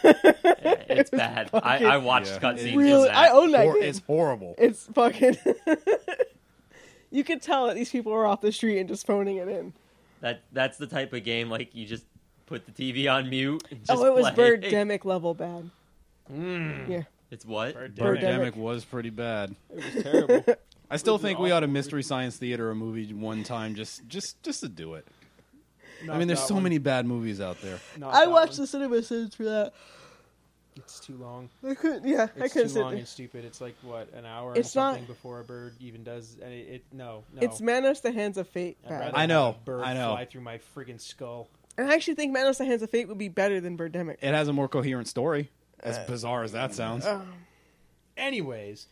K: It's bad. I, I watched cutscenes.
I: Really,
K: of that.
I: I own that
H: Hor-
I: game.
H: it's horrible.
I: It's fucking. you could tell that these people are off the street and just phoning it in.
K: That that's the type of game like you just put the TV on mute. And just
I: oh, it was
K: play.
I: Birdemic level bad.
G: Mm.
I: Yeah,
K: It's what?
I: Birdemic.
H: Birdemic was pretty bad. It was terrible. I still think we ought to mystery science theater a movie one time just just just to do it. I mean, there's so many bad movies out there.
I: I watched the cinema scenes for that.
G: It's too long.
I: I couldn't. Yeah, I
G: It's
I: couldn't
G: too
I: sit
G: long
I: there.
G: and stupid. It's like what an hour
I: It's
G: or
I: not-
G: something before a bird even does. And it, it no, no.
I: It's Manos the Hands of Fate
G: I'd
I: bad.
G: rather
H: I know,
G: have a bird
H: I know.
G: Fly through my friggin' skull.
I: And I actually think Manos the Hands of Fate would be better than Birdemic.
H: It has a more coherent story. As
G: Uh,
H: bizarre as that sounds.
G: Anyways,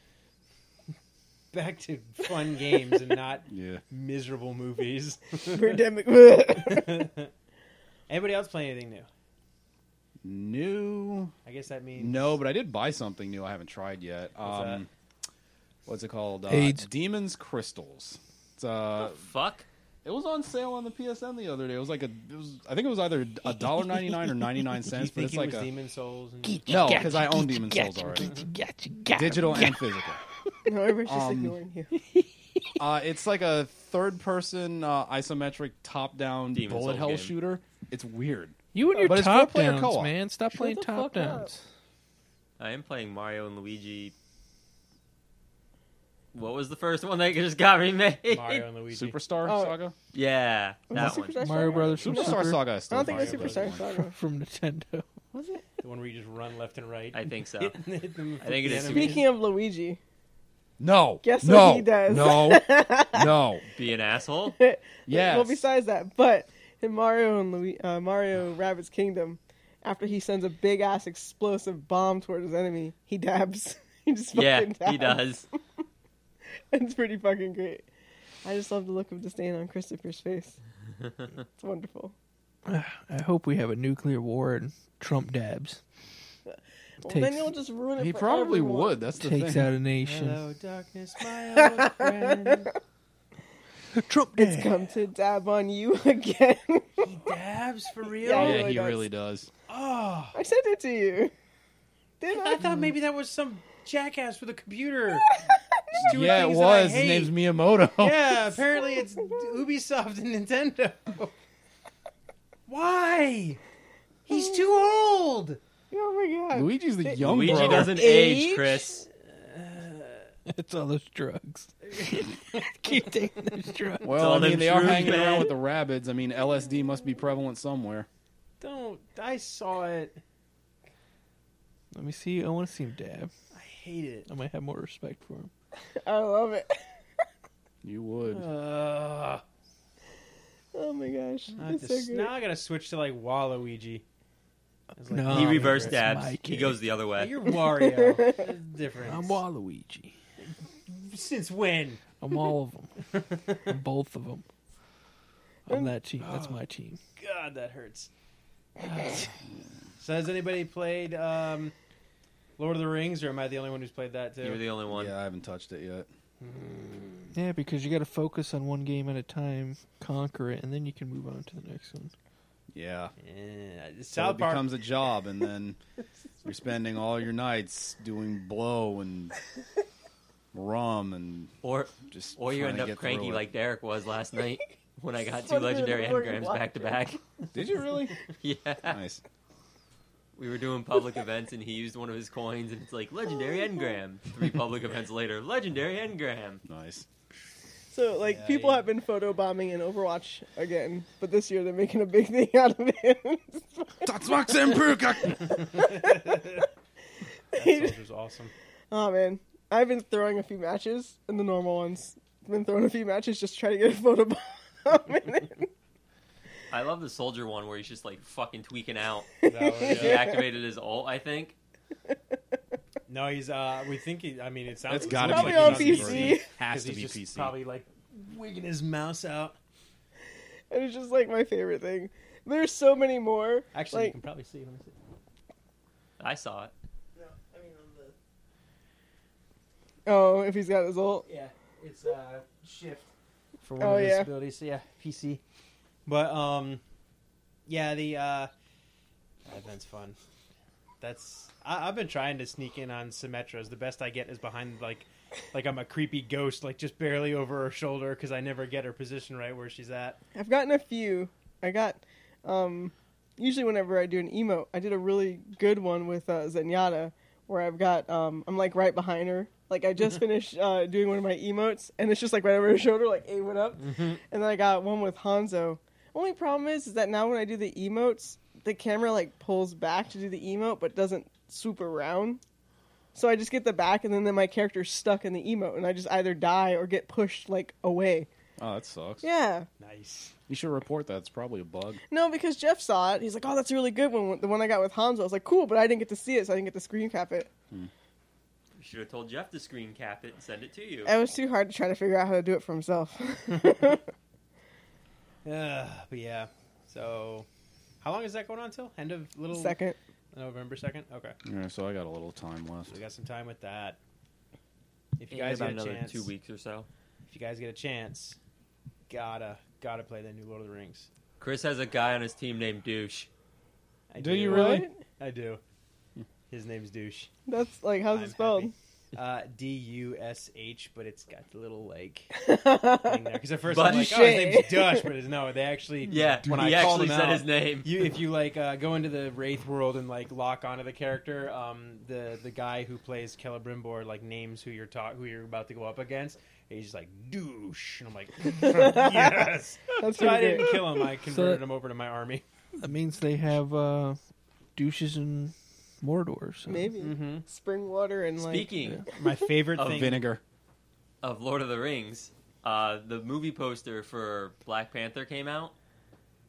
G: back to fun games and not
H: yeah.
G: miserable movies.
I: Birdemic.
G: Anybody else play anything new?
H: New.
G: I guess that means
H: No, but I did buy something new I haven't tried yet.
G: What's that?
H: um, what's it called? Uh,
J: AIDS.
H: Demons Crystals. It's uh,
K: Fuck.
H: it was on sale on the PSN the other day. It was like a, it was, I think it was either a dollar ninety nine or ninety nine
G: Do you
H: cents, but
G: think
H: it's
G: it
H: like
G: was
H: a
G: Demon Souls? And...
H: no, because I own Demon Souls already,
J: Gotcha, gotcha.
H: digital and physical.
I: no, everyone's just
H: Um,
I: ignoring you.
H: Uh, it's like a third person uh, isometric top down
K: Demon
H: bullet
K: Souls
H: hell
K: game.
H: shooter. It's weird.
J: You and your
H: But it's
J: top
H: four-player
J: downs,
H: co-op.
J: man. Stop playing
I: the
J: top
I: fuck up.
J: downs.
K: I am playing Mario and Luigi. What was the first one that just got remade?
G: Mario and Luigi.
K: Mhm.
H: Superstar
I: Oh.
H: Saga.
K: Yeah, that
I: Was it
K: one.
I: Superstar
J: Mario
I: Saga?
J: Brothers from
H: Superstar
J: Super,
H: Saga. Is
I: I
H: still
I: don't think
H: Mario
I: it's
H: Brothers
I: Superstar
H: one.
I: Saga.
J: from Nintendo.
I: Was it?
G: The one where you just run left and right.
K: I think so.
G: Hit- hit them with
K: I think it
G: the
K: is
G: animation.
I: Speaking of Luigi,
H: No.
I: Guess
H: no.
I: what he does.
H: No. no.
K: Be an asshole.
H: Yes.
I: well, besides that, but in Mario and Lu- uh, Mario Rabbit's Kingdom, after he sends a big ass explosive bomb toward his enemy, he dabs. he just fucking
K: yeah,
I: dabs.
K: he does.
I: It's pretty fucking great. I just love the look of disdain on Christopher's face. it's wonderful.
J: I hope we have a nuclear war and Trump dabs.
I: Well,
J: Takes-
I: then you'll just ruin it.
H: he
I: for
H: probably
I: everyone.
H: would. That's the
J: Takes
H: thing.
J: out a nation.
G: Hello, darkness, my old friend.
J: Trump
I: It's come to dab on you again.
G: He dabs for real.
I: Yeah,
H: yeah,
I: really
H: he
I: does.
H: really does.
G: Oh,
I: I sent it to you. Didn't
G: I
I: I?
G: thought maybe that was some jackass with a computer. doing
H: Yeah, it
G: things that I
H: was. His
G: hate.
H: name's Miyamoto.
G: yeah, apparently it's Ubisoft and Nintendo. Why? He's too old.
I: Oh my god.
H: Luigi's the young
K: Luigi
H: brother.
K: doesn't age,
I: Age?
K: Chris.
J: It's all those drugs. Keep taking those drugs.
H: Well,
K: all
H: I mean,
K: them
H: they are
K: shrewd
H: hanging
K: men.
H: around with the rabbits. I mean, LSD must be prevalent somewhere.
G: Don't. I saw it.
J: Let me see. I want to see him dab.
G: I hate it.
J: I might have more respect for him.
I: I love it.
H: You would.
G: Uh,
I: Oh my gosh. It's so
G: this-
I: great.
G: now I gotta switch to like Waluigi. I was like,
J: No.
K: He
J: Oh,
K: reverse
J: it's my
K: dabs. He
J: kid.
K: goes the other way.
G: You're Wario. There's a difference.
J: I'm Waluigi.
G: Since when?
J: I'm all of them. I'm both of them. I'm that team. That's my team.
G: God, that hurts. So has anybody played um, Lord of the Rings, or am I the only one who's played that too?
K: You're the only one.
H: Yeah, I haven't touched it yet.
J: Yeah, because you got to focus on one game at a time, conquer it, and then you can move on to the next one.
H: Yeah. So
G: South
H: it
G: Park-
H: becomes a job, and then you're spending all your nights doing blow and rum and
K: or
H: just
K: Or you
H: trying
K: end
H: to
K: up
H: get
K: cranky
H: through it.
K: like Derek was last night when I got two
I: Wondering
K: legendary
I: where he
K: engrams
I: watched
K: back to
I: it.
K: back.
H: Did you really?
K: Yeah.
H: nice.
K: We were doing public events and he used one of his coins and it's like legendary
G: Oh
K: engram. Three public events later, legendary engram.
H: Nice.
I: So like
K: Yeah,
I: people
K: yeah.
I: have been photobombing in Overwatch again, but this year they're making a big thing out of it.
H: That's Max Impuka.
G: soldier's awesome.
I: Oh man, I've been throwing a few matches and the normal ones. Been throwing a few matches just to try to get a photobomb. in it.
K: I love the soldier one where he's just like fucking tweaking out.
G: was-
K: He
G: yeah.
K: activated his ult, I think.
G: No, he's. uh We think he. I mean, it sounds.
H: It's gotta
G: it's
H: be
G: like
H: Probably
G: he's
H: on
G: on
H: PC.
G: PC.
H: Has
G: 'Cause
H: to
G: he's
H: be
G: just
H: PC.
G: Probably like wigging his mouse out.
I: And it's just like my favorite thing. There's so many more.
G: Actually, you
I: like,
G: can probably see. Let me see.
K: I saw it.
I: oh, if he's got his ult.
G: Yeah, it's uh shift for one
I: Oh,
G: of his
I: yeah.
G: abilities. So yeah, PC. But um, yeah, the uh, that event's fun. That's I, I've been trying to sneak in on Symmetra's. The best I get is behind like, like I'm a creepy ghost, like just barely over her shoulder because I never get her position right where she's at.
I: I've gotten a few. I got um usually whenever I do an emote, I did a really good one with uh, Zenyatta where I've got um I'm like right behind her. Like I just finished uh, doing one of my emotes and it's just like right over her shoulder, like A went up. And then I got one with Hanzo. Only problem is is that now when I do the emotes, the camera like pulls back to do the emote but doesn't swoop around. So I just get the back and then, then my character's stuck in the emote and I just either die or get pushed like away.
H: Oh, that sucks.
I: Yeah.
G: Nice.
H: You should report that. It's probably a bug.
I: No, because Jeff saw it. He's like, "Oh, that's a really good one." The one I got with Hanzo, I was like, "Cool," but I didn't get to see it, so I didn't get to screen cap it.
K: You should have told Jeff to screen cap it and send it to you.
I: It was too hard to try to figure out how to do it for himself.
G: Uh, but yeah, so how long is that going on till end of little
I: Second,
G: November second? Okay,
H: Yeah, so I got a little time
G: so
H: left.
G: we got some time with that. If you
K: Yeah,
G: guys
K: about
G: get a
K: another
G: chance,
K: two weeks or so.
G: if you guys get a chance, gotta gotta play the new Lord of the Rings.
K: Chris has a guy on his team named Douche.
G: I
H: Do you really?
I: What?
G: I do. His name's Douche.
I: that's like, how's
G: I'm
I: it spelled?
G: happy. Uh, D U S H, but it's got the little like thing there. Because at first I'm like,
K: But-
G: oh, his name's Dush, but it's, no, they actually
K: Yeah,
G: Hmm. when
K: he
G: I called
K: actually
G: him
K: said
G: out,
K: his name.
G: You, if you like uh, go into the Wraith world and like lock onto the character, um, the the guy who plays Celebrimbor like names who you're talk who you're about to go up against. And he's just like douche, and I'm like, yes.
I: That's
G: So I
I: pretty
G: didn't
I: good.
G: kill him. I converted him over to my army.
J: That means they have uh, douches in Mordor. So.
I: Maybe spring water and like.
K: Mm-hmm. Speaking
G: My favorite
K: Of
G: thing.
H: Oh, Vinegar.
K: of Lord of the Rings, uh, the movie poster for Black Panther came out,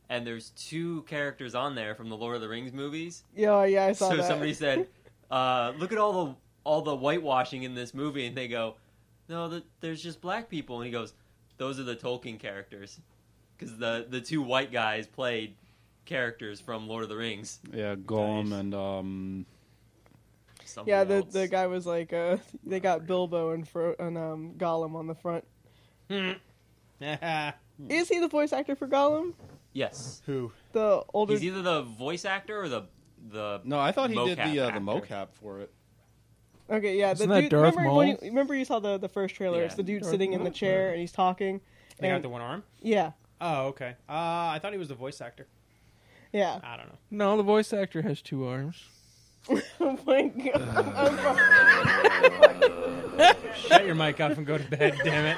K: and there's two characters on there from the Lord of the Rings movies.
I: Yeah, oh, yeah, I saw
K: So
I: that.
K: somebody said, uh, "Look at all the all the whitewashing in this movie," and they go, "No, th there's just black people," and he goes, "Those are the Tolkien characters, because the the two white guys played characters from Lord of the Rings."
H: Yeah, Golem
G: Nice.
H: and um.
K: Somebody
I: yeah, the
K: else.
I: the guy was like, uh, they got Bilbo and Fro- and um, Gollum on the front.
K: Hmm.
I: Is he the voice actor for Gollum?
K: Yes,
G: who?
I: The older.
K: he's either the voice actor or the the
H: No, I thought he did
K: Mocap
H: the uh, the
K: actor.
H: mocap for it.
I: Okay, yeah.
J: Isn't
I: the
J: that
I: dude,
J: Darth
I: remember, when
J: Maul?
I: you, remember you saw the the first trailer?
K: Yeah.
I: It's the dude
J: Darth
I: sitting in the
J: Maul.
I: chair and he's talking.
G: They got
I: and-
G: the one arm.
I: Yeah,
G: Oh, okay. Uh, I thought he was the voice actor.
I: yeah.
G: I don't know.
J: No, the voice actor has two arms.
I: Oh my god!
G: Shut your mic off and go to bed, damn it.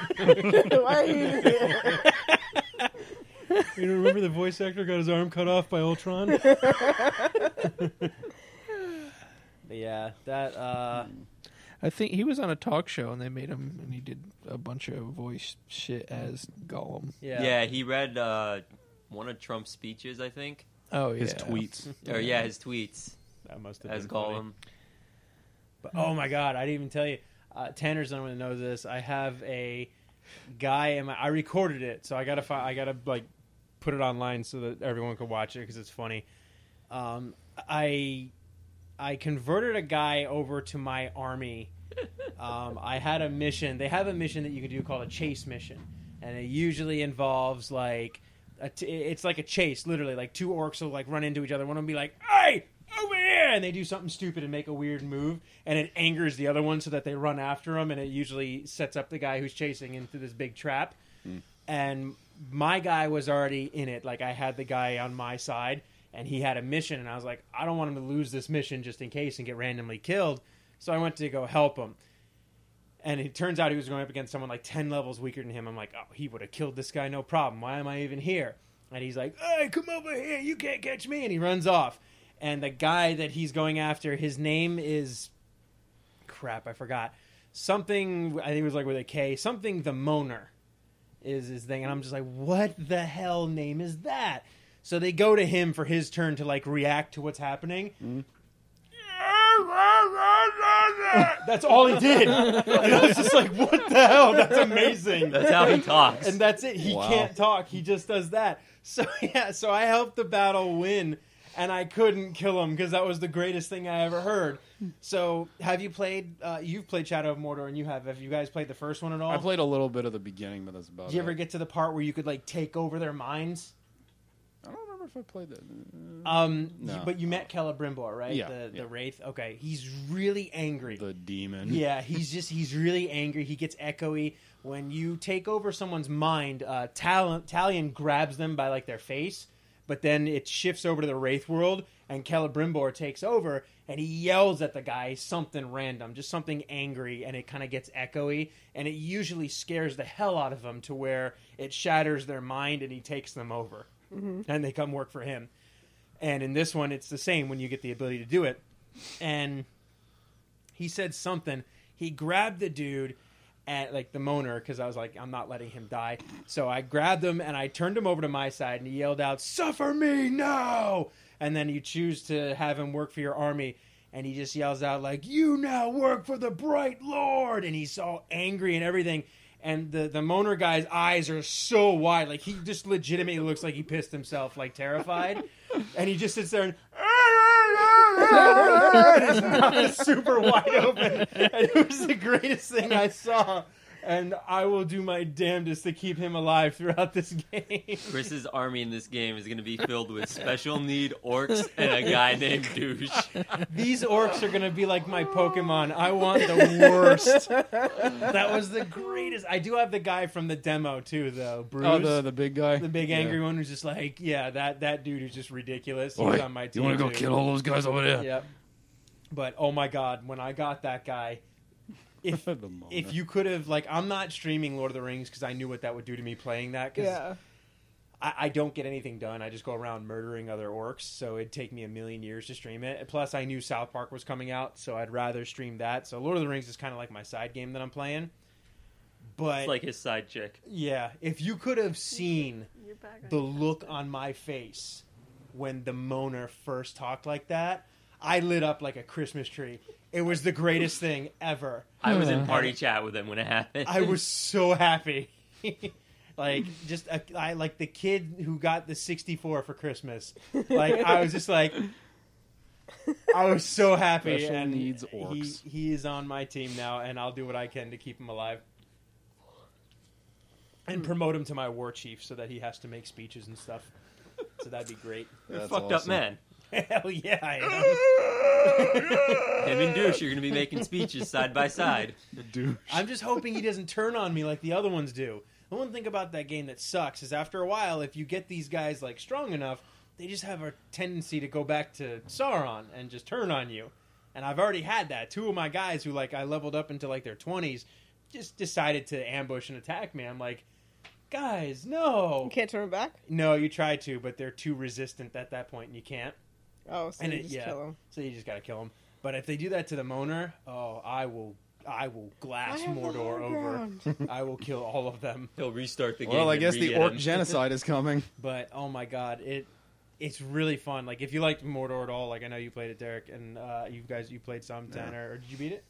I: Why are you here?
G: you remember the voice actor got his arm cut off by Ultron? yeah, that uh
J: I think he was on a talk show and they made him, and he did a bunch of voice shit as Gollum.
G: yeah.
K: Yeah, he read uh, one of Trump's speeches, I think.
J: Oh, yeah.
H: His tweets.
K: Or yeah, his tweets
G: That must have
K: as
G: been funny.
K: Gollum.
G: But oh my god, I didn't even tell you. Uh, Tanner's not going to know this. I have a guy, and I recorded it, so I gotta find, I gotta like put it online so that everyone could watch it because it's funny. Um, I I converted a guy over to my army. Um, I had a mission. They have a mission that you can do called a chase mission, and it usually involves like a t- it's like a chase, literally. Like two orcs will like run into each other. One will be like, "Hey, over here!" and they do something stupid and make a weird move, and it angers the other one so that they run after him, and it usually sets up the guy who's chasing into this big trap and my guy was already in it. Like I had the guy on my side, and he had a mission, and I was like, I don't want him to lose this mission just in case and get randomly killed. So I went to go help him, and it turns out he was going up against someone like ten levels weaker than him. I'm like, oh, he would have killed this guy, no problem. Why am I even here? And he's like, Hey, come over here, you can't catch me, and he runs off. And the guy that he's going after, his name is crap, I forgot. Something I think it was like with a K, something the moaner is his thing, and I'm just like, what the hell name is that? So they go to him for his turn to like react to what's happening. That's all he did. And I was just like, what the hell? That's amazing.
K: That's how he talks.
G: And that's it. He
K: Wow.
G: can't talk. He just does that. So yeah, so I helped the battle win and I couldn't kill him because that was the greatest thing I ever heard. So, have you played uh, you've played Shadow of Mordor and you have have you guys played the first one at all?
H: I played a little bit of the beginning, but that's about
G: Did you
H: it.
G: ever get to the part where you could like take over their minds?
H: I don't remember if I played that.
G: Um,
H: No.
G: you- but you met Celebrimbor, right?
H: Yeah,
G: the,
H: yeah.
G: the wraith. Okay, he's really angry.
H: The demon.
G: Yeah, he's just he's really angry. He gets echoey when you take over someone's mind. Uh, Tal- Talion grabs them by like their face, but then it shifts over to the wraith world, and Celebrimbor takes over, and he yells at the guy something random, just something angry, and it kind of gets echoey, and it usually scares the hell out of them to where it shatters their mind, and he takes them over,
I: Mhm.
G: and they come work for him. And in this one, it's the same when you get the ability to do it. And he said something. He grabbed the dude at like the moaner because I was like, I'm not letting him die. So I grabbed him and I turned him over to my side and he yelled out, "Suffer me now!" And then you choose to have him work for your army. And he just yells out like, "You now work for the Bright Lord!" And he's all angry and everything. And the the moaner guy's eyes are so wide, like he just legitimately looks like he pissed himself, like terrified. and he just sits there and and his mouth is super wide open. And it was the greatest thing I saw. And I will do my damnedest to keep him alive throughout this game.
K: Chris's army in this game is going to be filled with special need orcs and a guy named Douche.
G: These orcs are going to be like my Pokemon. I want the worst. That was the greatest. I do have the guy from the demo too, though. Bruce,
H: Oh, the, the big guy.
G: The big angry
H: Yeah.
G: one who's just like, yeah, that that dude is just ridiculous. He's
H: Oi,
G: on my
H: you
G: team.
H: wanna go
G: too.
H: kill all those guys over there?
G: Yep. But oh my god, when I got that guy, if if you could have like, I'm not streaming Lord of the Rings because I knew what that would do to me playing that. Cause
I: Yeah.
G: I, I don't get anything done. I just go around murdering other orcs, so it'd take me a million years to stream it. Plus, I knew South Park was coming out, so I'd rather stream that. So Lord of the Rings is kind of like my side game that I'm playing. But
K: It's like his side chick.
G: yeah, if you could have seen
K: You're back on
G: the look on my face when the moaner first talked like that, I lit up like a Christmas tree. It was the greatest thing ever.
K: I was in party chat with him when it happened.
G: I was so happy. like just a, I like the kid who got the 64 for Christmas. Like I was just like I was so happy
H: Special
G: and
H: needs
G: He, he is on my team now and I'll do what I can to keep him alive. And promote him to my war chief so that he has to make speeches and stuff. So that'd be great.
K: You're a That's fucked up awesome. man.
G: Hell yeah, I am.
K: Him and Douche are going to be making speeches side by side.
H: Douche.
G: I'm just hoping he doesn't turn on me like the other ones do. The one thing about that game that sucks is after a while, if you get these guys like strong enough, they just have a tendency to go back to Sauron and just turn on you. And I've already had that. Two of my guys who like I leveled up into like their twenties just decided to ambush and attack me. I'm like, guys, no. You
I: can't turn back?
G: No, you try to, but they're too resistant at that point and you can't.
I: Oh, so
G: And
I: you
G: it-
I: just kill him.
G: So you just gotta kill him. But if they do that to the moaner, oh, I will, I will glass
I: I have the
G: Mordor
I: high
G: over.
I: ground.
G: I will kill all of them.
K: He'll restart the game.
H: Well, I
K: and
H: guess the
K: re-get
H: orc
K: him.
H: genocide is coming.
G: But oh my god, it, it's really fun. Like if you liked Mordor at all, like I know you played it, Derek, and uh, you guys you played some
K: Yeah.
G: Tanner, or did you beat it?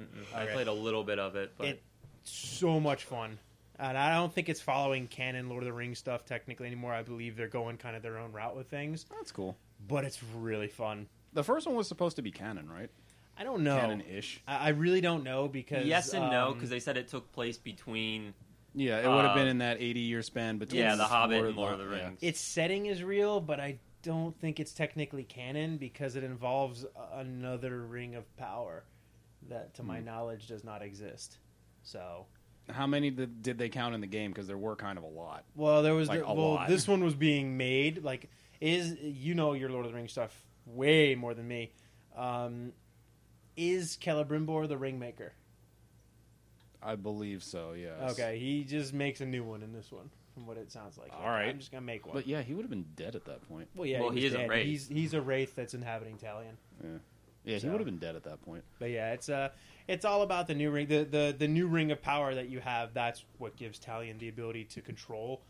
K: Mm-mm. I played a little bit of it, but
G: It- So much fun. and I don't think it's following canon Lord of the Rings stuff technically anymore. I believe they're going kind of their own route with things.
H: That's cool.
G: But it's really fun.
H: The first one was supposed to be canon, right?
G: I don't know.
H: Canon-ish.
G: I, I really don't know because
K: yes and no
G: um,
K: because they said it took place between
H: Yeah, it would have
K: Uh,
H: been in that 80 year span between
K: yeah, The Hobbit
H: Lord
K: and Lord of the
H: yeah.
K: Rings.
G: its setting is real, but I don't think it's technically canon because it involves a- another ring of power that, to my
H: Hmm.
G: knowledge, does not exist. So,
H: How many did, did they count in the game? Because there were kind of a lot.
G: well, there was
H: Like,
G: the-
H: a
G: well,
H: lot.
G: this one was being made. Like, is you know your Lord of the Rings stuff way more than me? Um, is Celebrimbor the Ringmaker?
H: I believe so. Yeah.
G: Okay, he just makes a new one in this one, from what it sounds like.
H: All right.
G: I'm just gonna make one.
H: But yeah, he would have been dead at that point.
G: Well, yeah,
K: Well,
G: he,
K: he
G: was
K: is a
G: dead.
K: wraith.
G: He's he's a wraith that's inhabiting Talion.
H: Yeah, yeah,
G: So-
H: he would have been dead at that point.
G: But yeah, it's uh it's all about the new ring the, the the new ring of power that you have, that's what gives Talion the ability to control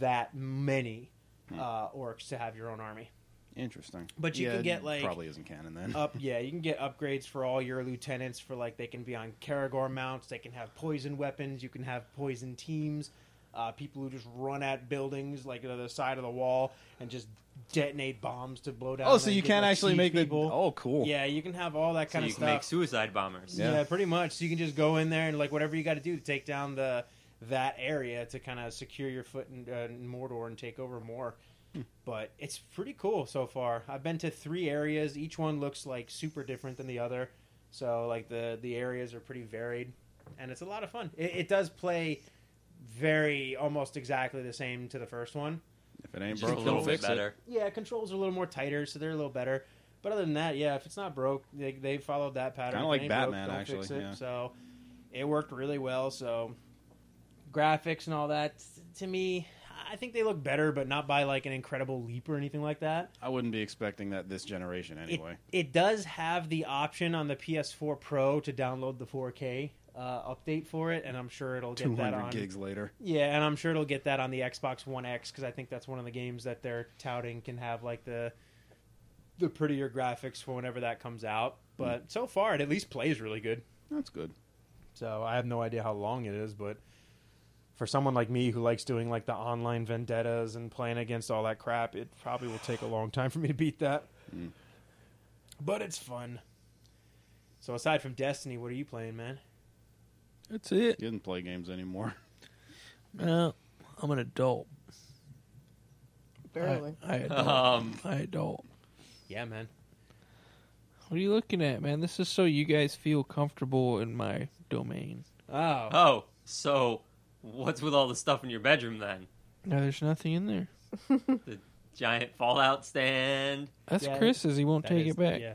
G: that many
H: Hmm.
G: uh, orcs to have your own army.
H: Interesting.
G: But you
H: Yeah,
G: can
H: it
G: get, like,
H: probably isn't canon then.
G: Up yeah, you can get upgrades for all your lieutenants for like they can be on Karagor mounts, they can have poison weapons, you can have poison teams. Uh, people who just run at buildings like the other side of the wall and just detonate bombs to blow down.
H: oh, so
G: and
H: you
G: get,
H: can
G: like,
H: actually
G: siege
H: make
G: people.
H: the. Oh, cool.
G: Yeah, you can have all that
K: So
G: kind
K: you
G: of
K: can
G: stuff.
K: make suicide bombers.
G: Yeah.
H: Yeah.
G: pretty much. So you can just go in there and like whatever you got to do to take down the that area to kind of secure your foot in, uh, in Mordor and take over more. But it's pretty cool so far. I've been to three areas. Each one looks like super different than the other. So like the the areas are pretty varied, and it's a lot of fun. It, it does play very almost exactly the same to the first one.
H: If it ain't
K: Just a
H: broke,
K: little
H: don't
K: bit
H: fix
K: better.
H: it.
G: Yeah, controls are a little more tighter, so they're a little better. But other than that, yeah, if it's not broke, they, they followed that pattern.
H: Kinda
G: If
H: like
G: it ain't broke,
H: Batman,
G: don't
H: actually,
G: fix it.
H: yeah.
G: So it worked really well. So graphics and all that, to me, I think they look better, but not by like an incredible leap or anything like that.
H: I wouldn't be expecting that this generation
G: It,
H: anyway.
G: it does have the option on the PS4 Pro to download the 4K uh, update for it, and I'm sure it'll get that
H: 200
G: on.
H: gigs later.
G: Yeah, and I'm sure it'll get that on the Xbox One X because I think that's one of the games that they're touting can have like the the prettier graphics for whenever that comes out. But so far, it at least plays really good.
H: That's good.
G: So I have no idea how long it is, but for someone like me who likes doing like the online vendettas and playing against all that crap, it probably will take a long time for me to beat that. But it's fun. So aside from Destiny, what are you playing, man?
J: That's it.
H: He doesn't play games anymore.
J: No, I'm an adult. I,
I: Barely.
J: I adult.
K: Um,
J: I adult.
G: Yeah, man.
J: What are you looking at, man? This is so you guys feel comfortable in my domain.
G: Oh,
K: oh, so what's with all the stuff in your bedroom then?
J: No, there's nothing in there.
K: Giant Fallout stand.
J: That's
G: Yeah,
J: Chris's. He won't
G: That
J: take
G: is-
J: it back.
G: Yeah.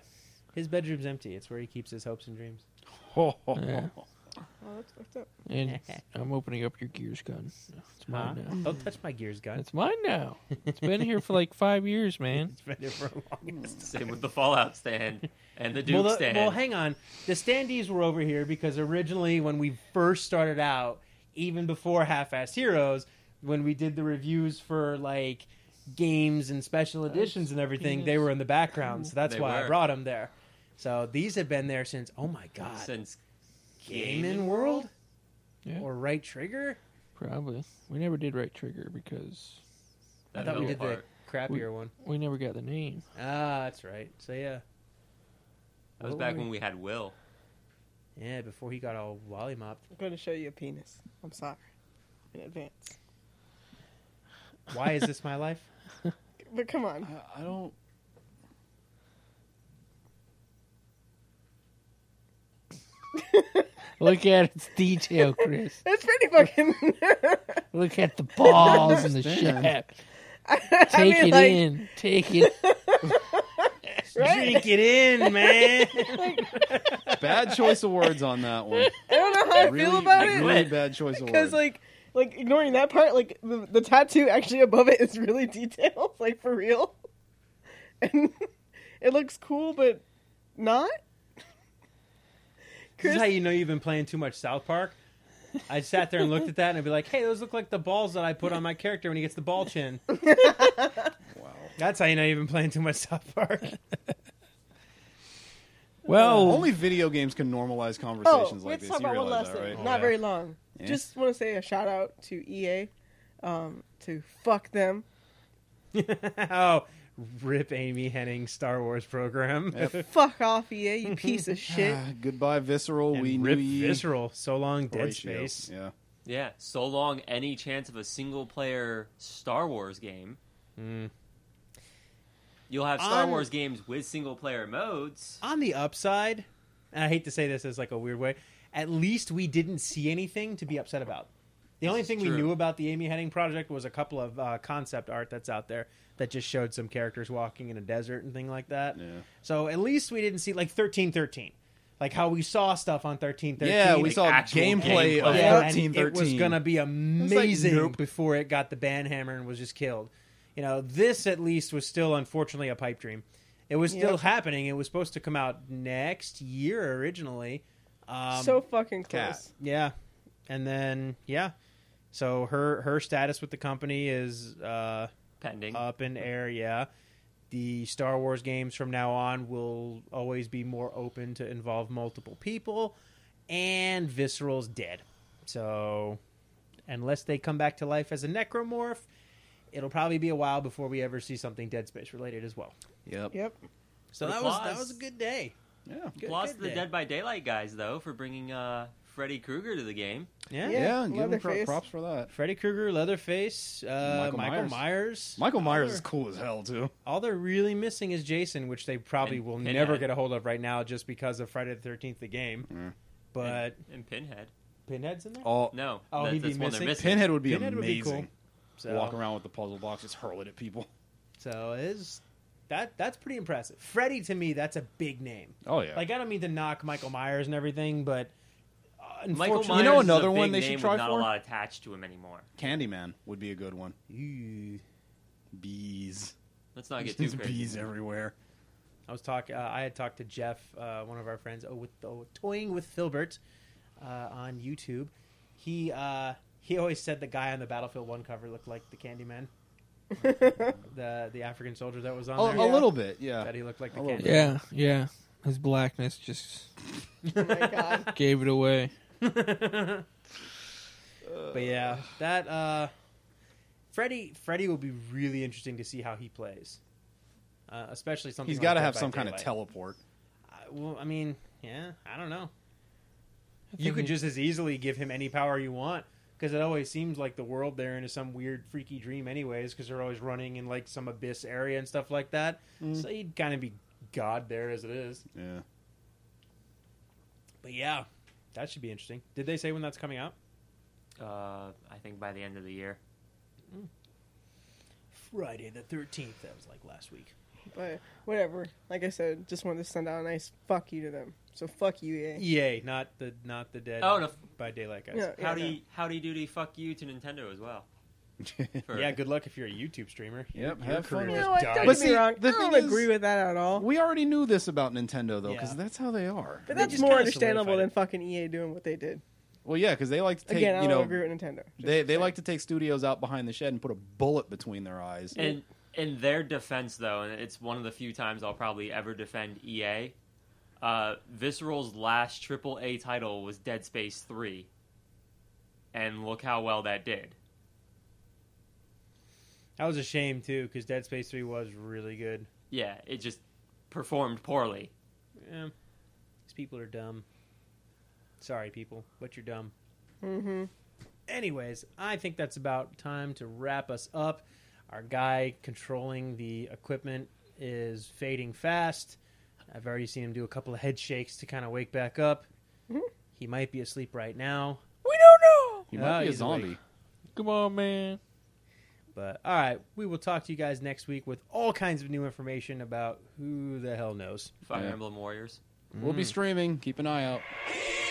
G: His bedroom's empty. It's where he keeps his hopes and dreams.
J: Yeah.
I: Oh, that's fucked up.
J: And I'm opening up your gears gun. It's mine now.
G: Don't touch my gears, guy.
J: It's mine now. It's been here for like five years, man.
G: It's been there for a long
K: Same with the Fallout stand and the Duke
G: well, the-
K: stand.
G: well, hang on. The standees were over here because originally, when we first started out, even before Half Ass Heroes, when we did the reviews for like games and special editions and everything, they were in the background. So that's
K: They
G: why I
K: were.
G: brought them there. So these have been there since, oh my God,
K: Since
G: Gaming World
J: Yeah,
G: or Right Trigger?
J: probably. We never did right trigger because
G: I
K: that
G: thought we
K: middle
G: did the
K: part.
G: crappier one.
J: we never got the name.
G: Ah, that's right. So yeah.
K: That was
G: What
K: back
G: were we-
K: when we had Will.
G: Yeah, before he got all wally mopped.
I: I'm going to show you a penis. I'm sorry. In advance.
G: Why is this my life?
I: But come on.
H: I, I don't.
J: Look at its detail, Chris.
I: It's pretty fucking.
J: Look at the balls and the shaft.
I: I
J: Take
I: mean,
J: it
I: like,
J: in. Take it.
I: Right?
G: Drink it in, man.
H: Bad choice of words on that one.
I: I don't know how I
H: really,
I: feel about it.
H: really bad choice of
I: Because
H: words.
I: like, like ignoring that part, like the, the tattoo actually above it is really detailed, like for real, and it looks cool, but not.
G: this
I: Chris-
G: is how you know you've been playing too much South Park. I sat there and looked at that and I'd be like, hey, those look like the balls that I put on my character when he gets the ball chin.
H: wow.
G: That's how you know you've been playing too much South Park.
J: Well,
G: uh,
H: Only video games can normalize conversations like
I: let's
H: this.
I: talk
H: You
I: about
H: realize
I: one
G: Oh,
I: last
H: that,
I: thing.
H: right?
I: Not
G: yeah.
I: very long.
H: Yes.
I: Just want to say a shout out to EA, um, to fuck them.
G: oh, rip Amy Henning's Star Wars program.
I: Fuck off, EA, you piece of shit.
H: Ah, goodbye, visceral.
G: And
H: we
G: rip
H: knew ye.
G: visceral. So long, Dead
H: Horatio.
G: Space.
H: Yeah.
K: Yeah, so long any chance of a single player Star Wars game.
G: Hmm.
K: You'll have Star
G: On-
K: Wars games with single player modes.
G: On the upside, and I hate to say this as like a weird way, at least we didn't see anything to be upset about. The only
K: is
G: thing
K: true.
G: we knew about the Amy Henning project was a couple of uh, concept art that's out there that just showed some characters walking in a desert and thing like that.
H: Yeah.
G: So at least we didn't see like thirteen thirteen, like how we saw stuff on thirteen thirteen.
H: Yeah, we
G: like,
H: saw
K: actual
H: gameplay, of
K: gameplay.
G: yeah, and
H: thirteen thirteen.
G: It was gonna be
H: like,
G: amazing
H: nope.
G: before it got the ban hammer and was just killed. You know, this at least was still unfortunately a pipe dream. It was still
I: Yep.
G: happening. It was supposed to come out next year originally. Um,
I: so fucking
H: cat.
I: close.
G: yeah, and then yeah, so her her status with the company is uh,
K: Pending.
G: up in air. Yeah, the Star Wars games from now on will always be more open to involve multiple people, and Visceral's dead. So, unless they come back to life as a necromorph, it'll probably be a while before we ever see something Dead Space related as well.
H: Yep.
I: Yep.
G: So
K: But
G: that was
K: applause.
G: that was a good day.
H: Yeah.
G: Good,
K: Lost
G: good
K: the
G: day.
K: Dead by Daylight guys though for bringing uh, Freddy Krueger to the game.
G: Yeah.
I: Yeah,
H: Yeah, and give him pro-
I: Leatherface.
H: props for that.
G: Freddy Krueger, Leatherface, uh,
H: Michael
G: Michael,
H: Myers.
G: Myers.
H: Michael
G: All
H: Myers
G: they're-
H: is cool as hell too.
G: All they're really missing is Jason, which they probably
K: And
G: will
K: Pinhead.
G: never get a hold of right now just because of Friday the 13th, the game. But
K: And Pinhead.
G: Pinhead's in there?
H: All
K: No,
G: Oh,
K: that-
G: he'd be
K: that's one they're
G: missing?
K: missing.
H: Pinhead would be
G: Pinhead would be
H: amazing.
G: cool. So,
H: Walk around with the puzzle box, just hurl it at people.
G: so it is that that's pretty impressive. Freddy to me, that's a big name.
H: Oh yeah.
G: Like I don't mean to knock Michael Myers and everything, but uh,
K: Michael
G: unfortunately,
H: You
K: Myers
H: know
K: is a
H: another
K: big
H: one they
K: name
H: should try
K: with not
H: for?
K: a lot attached to him anymore.
H: Candyman would be a good one.
G: Ew.
H: Bees.
K: Let's not get too
H: There's
K: crazy.
H: bees everywhere.
G: I was talk. Uh, I had talked to Jeff, uh, one of our friends, oh, with oh, toying with Filbert uh, on YouTube. He uh, he always said the guy on the Battlefield One cover looked like the Candyman,
I: Oh
G: the the African soldier that was on
H: A,
G: there.
H: Oh, a little bit, yeah.
G: That he looked like
H: A
G: the
H: little
G: Candyman.
J: Yeah, yeah. His blackness just
I: Oh my god.
J: gave it away.
G: But yeah, that uh, Freddy Freddy will be really interesting to see how he plays, uh, especially something.
H: He's
G: like
H: got to
G: Dead
H: have
G: by
H: some kind of
G: Daylight.
H: teleport.
G: I- well, I mean, yeah, I don't know. You
J: think
G: could
J: he-
G: just as easily give him any power you want because it always seems like the world they're in is some weird freaky dream, anyways. Because they're always running in like some abyss area and stuff like that. So you'd kind of be god there as it is.
H: Yeah.
G: But yeah, that should be interesting. Did they say when that's coming out?
K: Uh, I think by the end of the year.
G: Friday the thirteenth. That was like last week.
I: But whatever. Like I said, just wanted to send out a nice fuck you to them. So fuck you, E EA.
G: Yay! Not the not the dead.
K: Oh, no.
G: by daylight guys.
I: Yeah,
G: Yeah.
I: yeah,
K: Howdy,
I: no.
K: howdy doody, fuck you to Nintendo as well. For-
G: good luck if you're a YouTube streamer.
H: Yep,
G: Your
H: have fun
G: career
H: with
G: just
I: No, I-
G: died.
I: don't
H: But
I: get me
H: see,
I: wrong.
H: the
I: I don't
H: thing is-
I: agree with that at all.
H: we already knew this about Nintendo though, because
G: Yeah.
H: that's how they are.
I: But
G: They
I: that's
G: just
I: more
G: kinda
I: understandable
G: solidified it.
I: than fucking EA doing what they did.
H: Well, yeah, because they like to take
I: Again, I
H: you
I: don't
H: know
I: agree with Nintendo. Just
H: they they
I: saying.
H: like to take studios out behind the shed and put a bullet between their eyes.
K: In in their defense, though, and it's one of the few times I'll probably ever defend EA. Uh, Visceral's last AAA title was Dead Space Three, and look how well that did.
G: That was a shame too, because Dead Space Three was really good.
K: Yeah, it just performed poorly.
G: Yeah. These people are dumb. Sorry, people, but you're dumb. Mm-hmm. Anyways, I think that's about time to wrap us up. Our guy controlling the equipment is fading fast. I've already seen him do a couple of head shakes to kind of wake back up. He might be asleep right now,
J: We don't know.
H: you
G: Ah,
H: might be a
G: he's awake.
H: zombie.
J: Come on, man.
G: but all right, we will talk to you guys next week with all kinds of new information about who the hell knows.
K: Fire
H: Yeah.
K: Emblem Warriors.
G: Mm.
H: We'll be streaming. Keep an eye out.